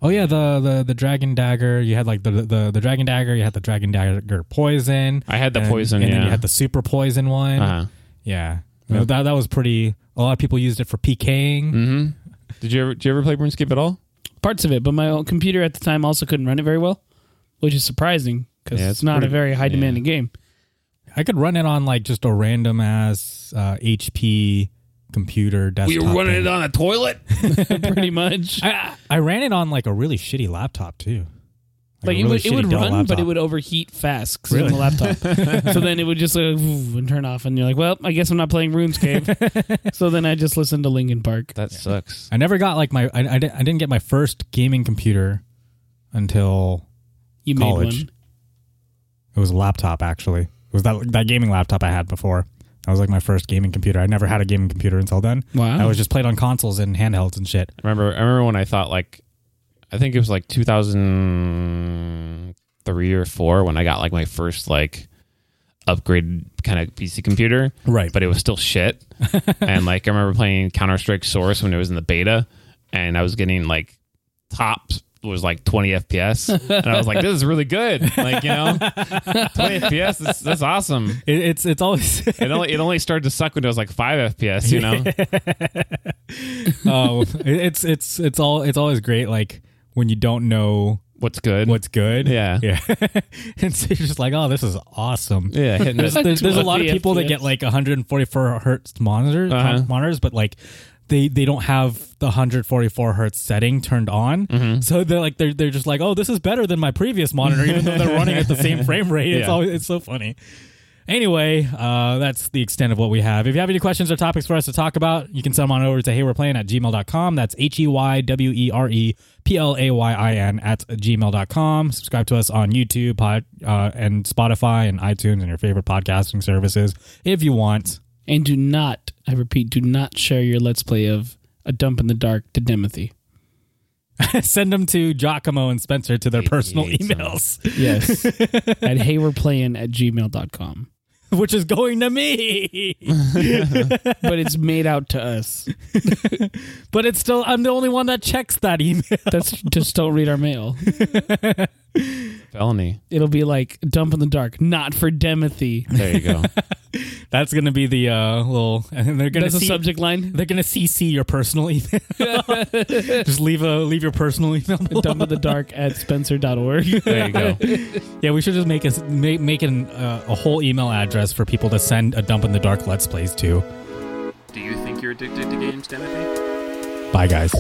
[SPEAKER 1] Oh yeah, the the the dragon dagger. You had like the the the dragon dagger. You had the dragon dagger poison.
[SPEAKER 3] I had the
[SPEAKER 1] and-
[SPEAKER 3] poison.
[SPEAKER 1] and
[SPEAKER 3] yeah.
[SPEAKER 1] then you had the super poison one.
[SPEAKER 3] uh-huh.
[SPEAKER 1] Yeah. No, That, that was pretty. A lot of people used it for PKing.
[SPEAKER 3] hmm Did you ever? Did you ever play RuneScape at all?
[SPEAKER 4] Parts of it, but my old computer at the time also couldn't run it very well, which is surprising because
[SPEAKER 3] Yeah,
[SPEAKER 4] it's,
[SPEAKER 3] it's
[SPEAKER 4] not a
[SPEAKER 3] pretty-
[SPEAKER 4] very high demanding game. *laughs*
[SPEAKER 1] I could run it on like just a random ass uh, HP computer desktop. thing.
[SPEAKER 3] on a toilet.
[SPEAKER 4] Pretty
[SPEAKER 1] *laughs*
[SPEAKER 4] much.
[SPEAKER 1] I, I ran it on like a really shitty laptop too.
[SPEAKER 4] like
[SPEAKER 1] a really
[SPEAKER 4] it would, it
[SPEAKER 1] shitty
[SPEAKER 4] would
[SPEAKER 1] Dell
[SPEAKER 4] run, but it
[SPEAKER 1] laptop.
[SPEAKER 4] would overheat fast 'cause it's on the laptop. so then it would just like "Ooh," and turn off, and you're like, "Well, I guess I'm not playing RuneScape." so then I just listened to Linkin Park.
[SPEAKER 3] That sucks.
[SPEAKER 1] I never got like my. I, I, didn't, I didn't get my first gaming computer until
[SPEAKER 4] You
[SPEAKER 1] College.
[SPEAKER 4] made
[SPEAKER 1] it was a laptop. Actually, it was that that gaming laptop I had before. That was like my first gaming computer. I never had a gaming computer until then.
[SPEAKER 4] one. Wow.
[SPEAKER 1] I was just played on consoles and handhelds and shit.
[SPEAKER 3] I remember. I remember when I thought like, I think it was like 2003 three or four when I got like my first like upgraded kind of PC computer.
[SPEAKER 1] Right.
[SPEAKER 3] But it was still
[SPEAKER 1] *laughs*
[SPEAKER 3] shit. and like I remember playing Counter Strike Source when it was in the beta, and I was getting like top was like 20 FPS, and I was like, this is really good. Like
[SPEAKER 1] *laughs*
[SPEAKER 3] you know, 20 FPS, that's, that's awesome.
[SPEAKER 1] It, it's it's always *laughs*
[SPEAKER 3] It only it only started to suck when it was like five FPS. You know,
[SPEAKER 1] oh it- it's it's it's all it's always great like when you don't know
[SPEAKER 3] what's good?
[SPEAKER 1] what's good.
[SPEAKER 3] Yeah.
[SPEAKER 1] yeah, *laughs* and so you're just like, oh, this is awesome.
[SPEAKER 3] yeah,
[SPEAKER 1] *laughs*
[SPEAKER 3] hitting
[SPEAKER 1] There's,
[SPEAKER 3] it.
[SPEAKER 1] there's, there's a lot of
[SPEAKER 4] 20
[SPEAKER 1] people that get
[SPEAKER 4] FPS.
[SPEAKER 1] like 144 hertz monitors,
[SPEAKER 3] Uh-huh.
[SPEAKER 1] monitors, but like they they don't have the 144 hertz setting turned on,
[SPEAKER 3] Mm-hmm.
[SPEAKER 1] so they're like they're they're just like, oh, this is better than my previous monitor, even though they're running at the
[SPEAKER 3] *laughs*
[SPEAKER 1] same frame rate. It's
[SPEAKER 3] Yeah.
[SPEAKER 1] always it's so funny. Anyway, uh, that's the extent of what we have. If you have any questions or topics for us to talk about, you can send them on over to heywardplayin at gmail.com. That's H E Y W E R E P L A Y I N at gmail.com. Subscribe to us on YouTube pod, uh, and Spotify and iTunes and your favorite podcasting services if you want. *laughs*
[SPEAKER 4] And do not, I repeat, do not share your let's play of A Dump in the Dark to Timothy.
[SPEAKER 1] send them to Giacomo and Spencer to their personal
[SPEAKER 3] hates them.
[SPEAKER 1] emails, *laughs*
[SPEAKER 4] Yes. *laughs* at heywardplaying at gmail.com.
[SPEAKER 1] which is going to me. *laughs*
[SPEAKER 4] But it's made out to us.
[SPEAKER 1] but it's still, I'm the only one that checks that email. *laughs*
[SPEAKER 4] That's just don't read our mail.
[SPEAKER 3] felony.
[SPEAKER 4] It'll be like Dump in the Dark, not for Demethy.
[SPEAKER 3] There you go.
[SPEAKER 1] That's going to be the uh, little, *laughs* and they're going to
[SPEAKER 4] That's the
[SPEAKER 1] see
[SPEAKER 4] subject line.
[SPEAKER 1] *laughs*
[SPEAKER 4] *laughs*
[SPEAKER 1] They're gonna CC your personal *laughs* email. Just leave a leave your personal *laughs* email. below.
[SPEAKER 4] Dump in the Dark at spencer.org.
[SPEAKER 3] There
[SPEAKER 1] *laughs*
[SPEAKER 3] you go.
[SPEAKER 1] Yeah, we should just make a make, make an, uh, a whole email address for people to send a dump in the dark let's plays to.
[SPEAKER 6] Do you think you're addicted to games, Timothy?
[SPEAKER 1] Bye, guys.